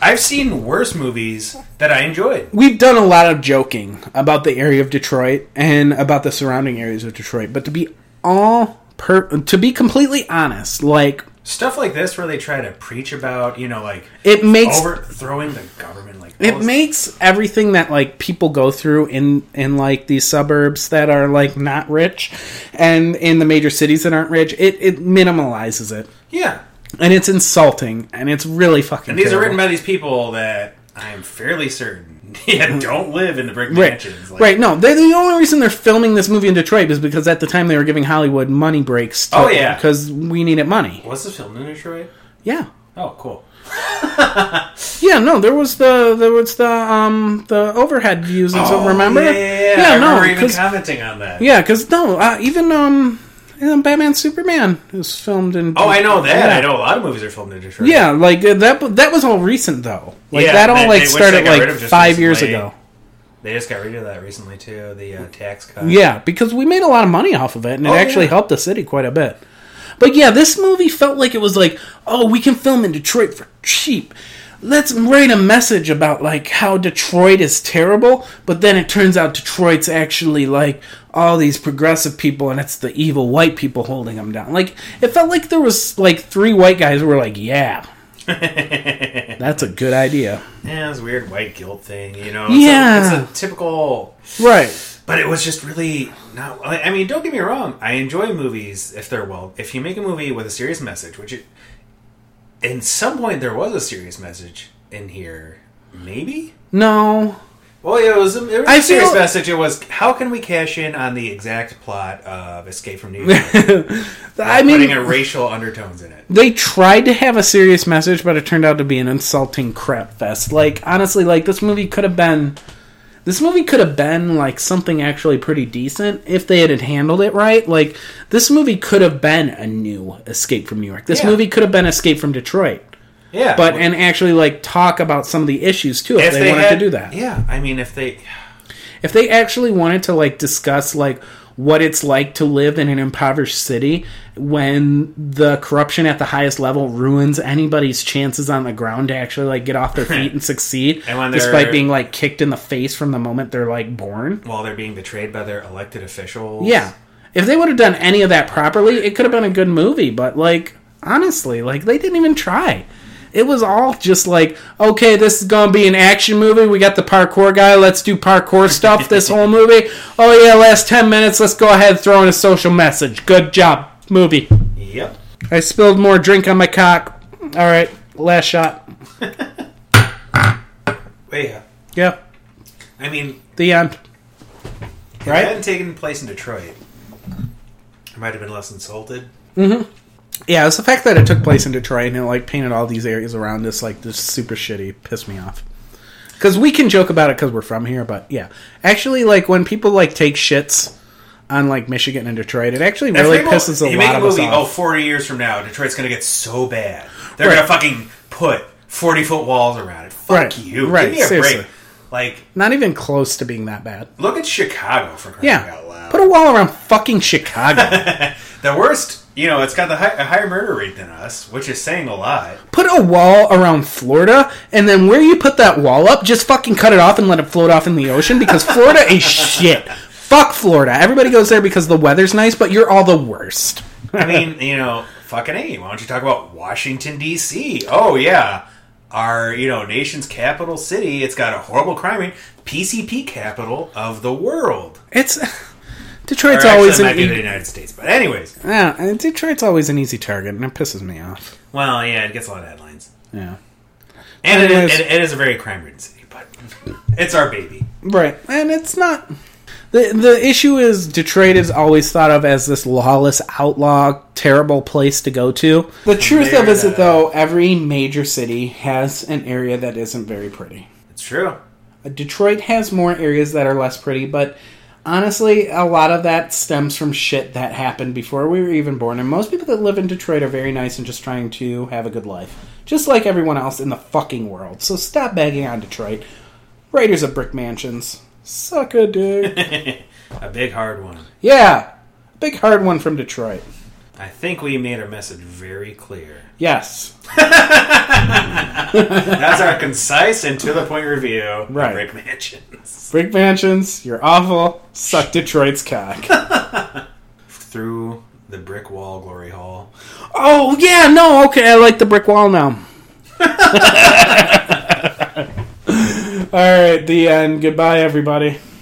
[SPEAKER 2] I've seen worse movies that I enjoyed.
[SPEAKER 1] we've done a lot of joking about the area of Detroit and about the surrounding areas of Detroit, but to be all per to be completely honest, like
[SPEAKER 2] Stuff like this where they try to preach about, you know, like
[SPEAKER 1] it makes
[SPEAKER 2] overthrowing the government, like
[SPEAKER 1] it
[SPEAKER 2] all this-
[SPEAKER 1] makes everything that like people go through in in like these suburbs that are like not rich and in the major cities that aren't rich it it minimalizes it
[SPEAKER 2] yeah.
[SPEAKER 1] and it's insulting and it's really fucking
[SPEAKER 2] And these are
[SPEAKER 1] terrible.
[SPEAKER 2] written by these people that I'm fairly certain yeah, don't live in the brick mansions.
[SPEAKER 1] Right. right. No, they the only reason they're filming this movie in Detroit is because at the time they were giving Hollywood money breaks. To,
[SPEAKER 2] Oh, yeah.
[SPEAKER 1] Because we needed money.
[SPEAKER 2] Was this filmed in Detroit?
[SPEAKER 1] Yeah.
[SPEAKER 2] Oh, cool.
[SPEAKER 1] Yeah. No, there was the there was the um the overhead views and so remember.
[SPEAKER 2] Oh, Yeah, yeah, yeah. I
[SPEAKER 1] no,
[SPEAKER 2] remember even
[SPEAKER 1] 'cause-
[SPEAKER 2] commenting on that.
[SPEAKER 1] yeah, because no, uh, even um, even Batman Superman was filmed in.
[SPEAKER 2] Oh, I know that.
[SPEAKER 1] Yeah.
[SPEAKER 2] I know a lot of movies are filmed in Detroit.
[SPEAKER 1] Yeah, like uh, that. That was all recent though. Like
[SPEAKER 2] Yeah,
[SPEAKER 1] that all
[SPEAKER 2] they-
[SPEAKER 1] like
[SPEAKER 2] they wish they
[SPEAKER 1] started
[SPEAKER 2] got rid
[SPEAKER 1] like
[SPEAKER 2] of just
[SPEAKER 1] five
[SPEAKER 2] this
[SPEAKER 1] years
[SPEAKER 2] late-
[SPEAKER 1] ago.
[SPEAKER 2] They just got rid of that recently too. The uh, tax cut.
[SPEAKER 1] Yeah, because we made a lot of money off of it, and it
[SPEAKER 2] Oh,
[SPEAKER 1] actually
[SPEAKER 2] yeah.
[SPEAKER 1] helped the city quite a bit. But yeah, this movie felt like it was like, oh, we can film in Detroit for cheap. Let's write a message about like how Detroit is terrible, but then it turns out Detroit's actually like all these progressive people, and it's the evil white people holding them down. Like it felt like there was like three white guys who were like, yeah, that's a good idea,
[SPEAKER 2] Yeah, this weird white guilt thing, you know.
[SPEAKER 1] Yeah.
[SPEAKER 2] It's a, it's a typical
[SPEAKER 1] right?
[SPEAKER 2] but it was just really not I mean, don't get me wrong, I enjoy movies if they're well if you make a movie with a serious message, which it in some point there was a serious message in here, maybe?
[SPEAKER 1] No,
[SPEAKER 2] Well, yeah, it was, it was
[SPEAKER 1] I
[SPEAKER 2] a serious
[SPEAKER 1] feel-
[SPEAKER 2] message. It was how can we cash in on the exact plot of Escape from New York,
[SPEAKER 1] I mean,
[SPEAKER 2] putting a racial undertones in it.
[SPEAKER 1] they tried to have a serious message, but it turned out to be an insulting crap fest. Like honestly, like this movie could have been this movie could have been like something actually pretty decent if they had handled it right. Like this movie could have been a new Escape from New York. This
[SPEAKER 2] Yeah.
[SPEAKER 1] movie could have been Escape from Detroit.
[SPEAKER 2] Yeah,
[SPEAKER 1] But
[SPEAKER 2] well,
[SPEAKER 1] and actually like talk about some of the issues too if, they, wanted to
[SPEAKER 2] had-
[SPEAKER 1] do that.
[SPEAKER 2] yeah, I mean, if they
[SPEAKER 1] If they actually wanted to like discuss like what it's like to live in an impoverished city when the corruption at the highest level ruins anybody's chances on the ground to actually like get off their feet and succeed
[SPEAKER 2] And when they're-
[SPEAKER 1] despite being like kicked in the face from the moment they're like born.
[SPEAKER 2] while they're being betrayed by their elected officials.
[SPEAKER 1] Yeah. If they would have done any of that properly, it could have been a good movie, but like honestly, like they didn't even try. It was all just like, okay, this is gonna be an action movie. We got the parkour guy. Let's do parkour stuff this whole movie. Oh yeah, last ten minutes. Let's go ahead and throw in a social message. Good job, movie.
[SPEAKER 2] Yep.
[SPEAKER 1] I spilled more drink on my cock. All right, last shot.
[SPEAKER 2] But yeah.
[SPEAKER 1] Yeah,
[SPEAKER 2] I mean,
[SPEAKER 1] the end.
[SPEAKER 2] if
[SPEAKER 1] Right?
[SPEAKER 2] it hadn't taken place in Detroit, I might have been less insulted.
[SPEAKER 1] Yeah, it's the fact that it took place in Detroit and it like painted all these areas around us like this super shitty pissed me off. Because we can joke about it because we're from here, but yeah, actually, like when people like take shits on like Michigan and Detroit, it actually really
[SPEAKER 2] If they
[SPEAKER 1] pisses
[SPEAKER 2] mo-
[SPEAKER 1] a
[SPEAKER 2] you
[SPEAKER 1] lot of
[SPEAKER 2] make a
[SPEAKER 1] us
[SPEAKER 2] movie, Oh,
[SPEAKER 1] off.
[SPEAKER 2] 40 years from now, Detroit's going to get so bad. They're
[SPEAKER 1] Right.
[SPEAKER 2] going to fucking put 40 foot walls around it. Fuck
[SPEAKER 1] Right.
[SPEAKER 2] you.
[SPEAKER 1] Right,
[SPEAKER 2] Give me a
[SPEAKER 1] seriously.
[SPEAKER 2] break. Like,
[SPEAKER 1] Not even close to being that bad.
[SPEAKER 2] look at Chicago for crying out
[SPEAKER 1] Yeah,
[SPEAKER 2] loud.
[SPEAKER 1] put a wall around fucking Chicago.
[SPEAKER 2] the worst, you know, it's got the high, a higher murder rate than us, which is saying a lot.
[SPEAKER 1] put a wall around Florida, and then where you put that wall up, just fucking cut it off and let it float off in the ocean because Florida is shit. Fuck Florida. Everybody goes there because the weather's nice, but you're all the worst.
[SPEAKER 2] I mean, you know, fucking A. Why don't you talk about Washington, D.C.? Oh, yeah. Our, you know, nation's capital city. It's got a horrible crime rate. PCP capital of the world.
[SPEAKER 1] It's
[SPEAKER 2] Or
[SPEAKER 1] Detroit's
[SPEAKER 2] actually,
[SPEAKER 1] always
[SPEAKER 2] it
[SPEAKER 1] an
[SPEAKER 2] might be the
[SPEAKER 1] e-
[SPEAKER 2] United States. But, anyways.
[SPEAKER 1] yeah, and Detroit's always an easy target, and it pisses me off.
[SPEAKER 2] Well, yeah, it gets a lot of headlines.
[SPEAKER 1] Yeah,
[SPEAKER 2] And it
[SPEAKER 1] Anyways.
[SPEAKER 2] is, it, it is a very crime ridden city, but it's our baby.
[SPEAKER 1] right. And it's not the the issue is Detroit is always thought of as this lawless outlaw, terrible place to go to. The truth of it is that
[SPEAKER 2] Compared to-
[SPEAKER 1] though every major city has an area that isn't very pretty.
[SPEAKER 2] It's true.
[SPEAKER 1] Detroit has more areas that are less pretty, but honestly, a lot of that stems from shit that happened before we were even born. And most people that live in Detroit are very nice and just trying to have a good life, just like everyone else in the fucking world. So stop bagging on Detroit. Raiders of brick mansions. Suck a dick.
[SPEAKER 2] A big hard one.
[SPEAKER 1] yeah, big hard one from Detroit.
[SPEAKER 2] I think we made our message very clear.
[SPEAKER 1] Yes.
[SPEAKER 2] That's our concise and to the point review of
[SPEAKER 1] Right.
[SPEAKER 2] Rick Mansions.
[SPEAKER 1] Brick mansions, you're awful. Suck Detroit's cock.
[SPEAKER 2] Through the brick wall glory hall.
[SPEAKER 1] oh, yeah, no, okay, I like the brick wall now. All right, the end. Goodbye, everybody.